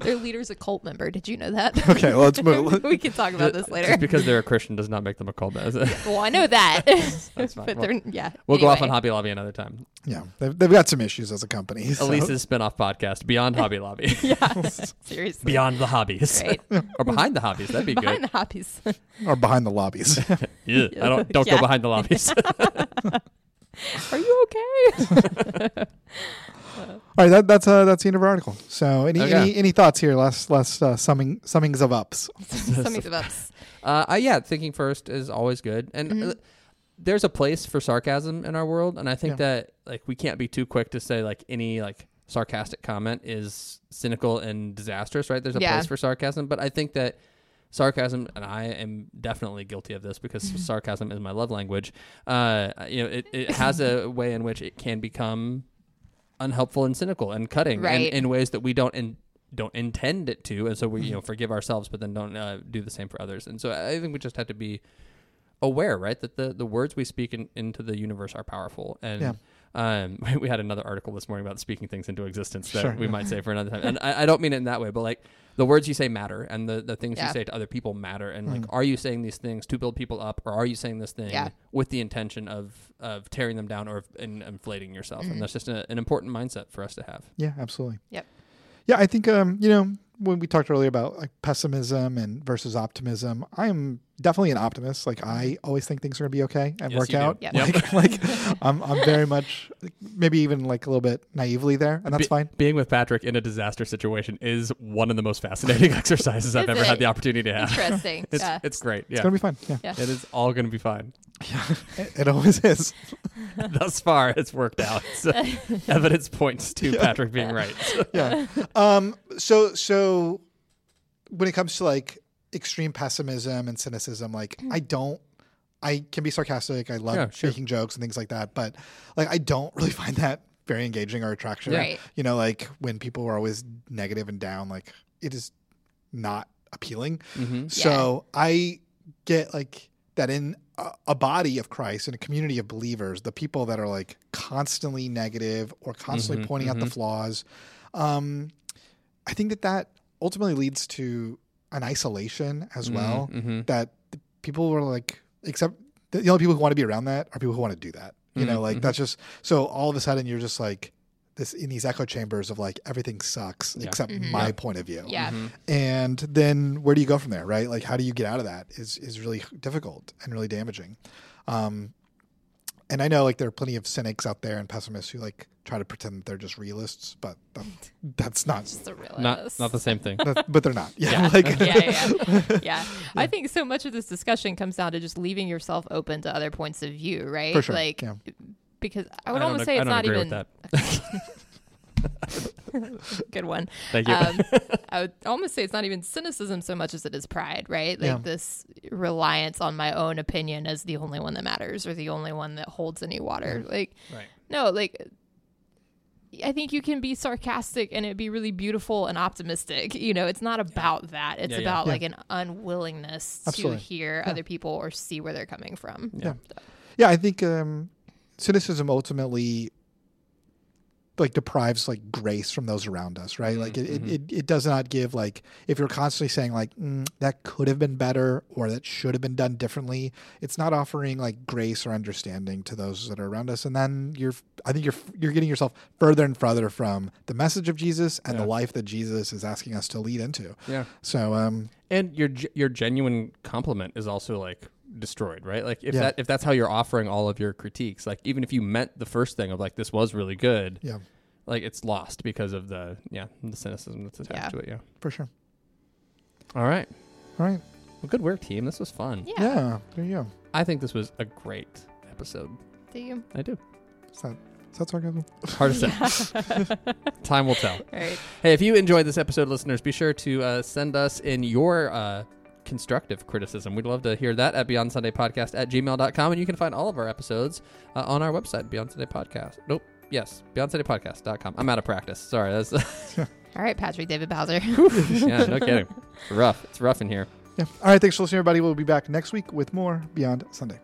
Speaker 1: Their leader's a cult member. Did you know
Speaker 2: <laughs>
Speaker 1: that? <laughs>
Speaker 3: Okay, well, let's move.
Speaker 1: we can talk about this later.
Speaker 2: Just because they're a Christian does not make them a cult. That's it.
Speaker 1: <laughs> Well, I know that.
Speaker 2: <laughs>
Speaker 1: <laughs>
Speaker 2: That's fine.
Speaker 1: But
Speaker 2: Well,
Speaker 1: they're yeah.
Speaker 2: We'll go off on
Speaker 1: anyway.
Speaker 2: Hobby Lobby
Speaker 1: <laughs>
Speaker 2: another time.
Speaker 3: Yeah, they've, they've got some issues as a company. so-
Speaker 2: Elise's spin-off podcast, Beyond Hobby
Speaker 1: <laughs>
Speaker 2: Lobby. <laughs>
Speaker 1: seriously.
Speaker 2: Beyond the hobbies.
Speaker 1: Right.
Speaker 2: or behind the hobbies. That'd <laughs> be
Speaker 1: Behind
Speaker 2: good.
Speaker 1: the hobbies.
Speaker 3: or behind the lobbies.
Speaker 2: Yeah. I
Speaker 1: <laughs>
Speaker 2: don't don't
Speaker 1: Yeah.
Speaker 2: go behind
Speaker 1: <laughs>
Speaker 2: the lobbies.
Speaker 1: Are you okay?
Speaker 2: <laughs>
Speaker 1: <laughs>
Speaker 3: All right, that, that's uh, that's the end of our article. So, any
Speaker 2: Okay.
Speaker 3: any, any thoughts here? Last last uh, summing summings of ups.
Speaker 1: Something's about
Speaker 2: <laughs>
Speaker 1: s-
Speaker 2: Uh, I, yeah, thinking first is always good, and uh, there's a place for sarcasm in our world, and I think
Speaker 3: Yeah.
Speaker 2: that like we can't be too quick to say like any like sarcastic comment is cynical and disastrous, right? There's a
Speaker 1: Yeah.
Speaker 2: place for sarcasm, but I think that sarcasm, and I am definitely guilty of this because sarcasm is my love language. Uh, you know, it, it has a way in which it can become unhelpful and cynical and cutting,
Speaker 1: Right.
Speaker 2: and in ways that we don't in, don't intend it to, and so we you know forgive ourselves, but then don't uh, do the same for others. And so I think we just have to be aware, right, that the the words we speak in, into the universe are powerful. And
Speaker 3: Yeah.
Speaker 2: um, <laughs> we had another article this morning about speaking things into existence that
Speaker 3: Sure.
Speaker 2: we might say for another time. And I, I don't mean it in that way, but like the words you say matter, and the the things
Speaker 1: Yeah.
Speaker 2: you say to other people matter. And
Speaker 3: Hmm.
Speaker 2: like, are you saying these things to build people up, or are you saying this thing
Speaker 1: Yeah.
Speaker 2: with the intention of of tearing them down or of, in, inflating yourself?
Speaker 1: Mm-hmm.
Speaker 2: And that's just a, an important mindset for us to have.
Speaker 3: Yeah, absolutely.
Speaker 1: Yep.
Speaker 3: Yeah, I think um, you know when we talked earlier about like pessimism and versus optimism, I am definitely an optimist. Like I always think things are gonna be okay and
Speaker 2: Yes,
Speaker 3: work
Speaker 2: you do.
Speaker 3: out.
Speaker 1: Yep.
Speaker 3: Like, <laughs> like I'm I'm very much maybe even like a little bit naively there, and that's
Speaker 2: Be-
Speaker 3: fine.
Speaker 2: Being with Patrick in a disaster situation is one of the most fascinating <laughs> exercises I've
Speaker 1: Is
Speaker 2: ever had
Speaker 1: it?
Speaker 2: the opportunity to
Speaker 1: <laughs>
Speaker 2: have.
Speaker 1: interesting.
Speaker 2: It's,
Speaker 1: yeah.
Speaker 2: it's great. Yeah.
Speaker 3: It's gonna be fine. Yeah,
Speaker 1: yeah.
Speaker 2: it is all going to
Speaker 1: <laughs>
Speaker 2: be fine.
Speaker 3: it, it always is.
Speaker 2: Thus far, it's worked out.
Speaker 1: <laughs>
Speaker 2: So evidence points to Patrick being right. So-
Speaker 3: yeah. <laughs> Um. So so, when it comes to like extreme pessimism and cynicism, like I don't. I can be sarcastic. I love
Speaker 2: Yeah, sure.
Speaker 3: making jokes and things like that, but like I don't really <laughs> find that very engaging or attraction.
Speaker 1: Yeah. Right.
Speaker 3: You know, like when people are always negative and down, like it is not appealing. So I get like that in a, a body of Christ in a community of believers, the people that are like constantly negative or constantly
Speaker 2: Mhm,
Speaker 3: pointing out the flaws. Um, I think that that ultimately leads to an isolation as well.
Speaker 2: Mhm.
Speaker 3: That the people were like, except the the only people who want to be around that are people who want to do that. You know, like that's just so all of a sudden you're just like this in these echo chambers of like everything sucks
Speaker 2: Yeah.
Speaker 3: except
Speaker 1: Mhm.
Speaker 3: my
Speaker 2: Yeah.
Speaker 3: point of view
Speaker 1: yeah.
Speaker 2: mm-hmm.
Speaker 3: and then where do you go from there right like how do you get out of that is is really difficult and really damaging um and i know like there are plenty of cynics out there and pessimists who like try to pretend that they're just realists but that,
Speaker 1: <laughs>
Speaker 3: that's not
Speaker 1: Just a
Speaker 2: Not,
Speaker 1: realist.
Speaker 2: not
Speaker 1: <laughs>
Speaker 2: the same thing.
Speaker 3: that, but they're not <laughs> yeah, like
Speaker 1: yeah, yeah, yeah.
Speaker 2: <laughs>
Speaker 1: yeah. I think so much of this discussion comes down to just leaving yourself open to other points of view, right?
Speaker 3: for sure
Speaker 1: Like
Speaker 3: yeah.
Speaker 1: because I would
Speaker 2: don't
Speaker 1: almost
Speaker 2: ag-
Speaker 1: say
Speaker 2: I
Speaker 1: it's
Speaker 2: don't
Speaker 1: not
Speaker 2: agree
Speaker 1: even
Speaker 2: with
Speaker 1: <laughs> good one.
Speaker 2: Thank <laughs> you.
Speaker 1: um, I would almost say it's not even cynicism so much as it is pride, right? Like
Speaker 3: Yeah.
Speaker 1: this reliance on my own opinion as the only one that matters or the only one that holds any water. Like,
Speaker 2: Right.
Speaker 1: no, like I think you can be sarcastic and it be really beautiful and optimistic. You know, it's not about that. It's
Speaker 2: Yeah, yeah.
Speaker 1: about
Speaker 3: Yeah.
Speaker 1: like an unwillingness
Speaker 3: Absolutely.
Speaker 1: to hear other people or see where they're coming from.
Speaker 2: Yeah.
Speaker 3: Yeah, I think um, cynicism ultimately like deprives like grace from those around us, right? Like it,
Speaker 2: Mm-hmm.
Speaker 3: it, it, it does not give like if you're constantly saying like mm, that could have been better or that should have been done differently, it's not offering like grace or understanding to those that are around us, and then you're I think you're you're getting yourself further and further from the message of Jesus and
Speaker 2: Yeah.
Speaker 3: the life that Jesus is asking us to lead into.
Speaker 2: Yeah.
Speaker 3: So um,
Speaker 2: and your ge- your genuine compliment is also like destroyed right like if
Speaker 3: Yeah.
Speaker 2: that if that's how you're offering all of your critiques like even if you meant the first thing of like this was really good
Speaker 3: yeah,
Speaker 2: like it's lost because of the yeah the cynicism that's attached
Speaker 1: Yeah.
Speaker 2: to it yeah
Speaker 3: for sure.
Speaker 2: all right
Speaker 3: All right,
Speaker 2: well good work team this was fun
Speaker 1: Yeah.
Speaker 3: yeah, there you go.
Speaker 2: i think this was a great episode
Speaker 1: Do you?
Speaker 2: i do
Speaker 3: Is that, is that sarcasm?
Speaker 1: <laughs>
Speaker 2: hard to say time will tell
Speaker 1: All right.
Speaker 2: Hey, if you enjoyed this episode, listeners, be sure to uh, send us in your uh, constructive criticism. We'd love to hear that at Beyond Sunday Podcast at gmail.com. And you can find all of our episodes uh, on our website, Beyond Sunday Podcast. Nope. Yes, BeyondSundayPodcast.com. I'm out of practice. Sorry. That's, <laughs>
Speaker 1: All right, Patrick David Bowser.
Speaker 2: yeah, no kidding. Rough. It's rough in here.
Speaker 3: Yeah. All right. Thanks for listening, everybody. We'll be back next week with more Beyond Sunday.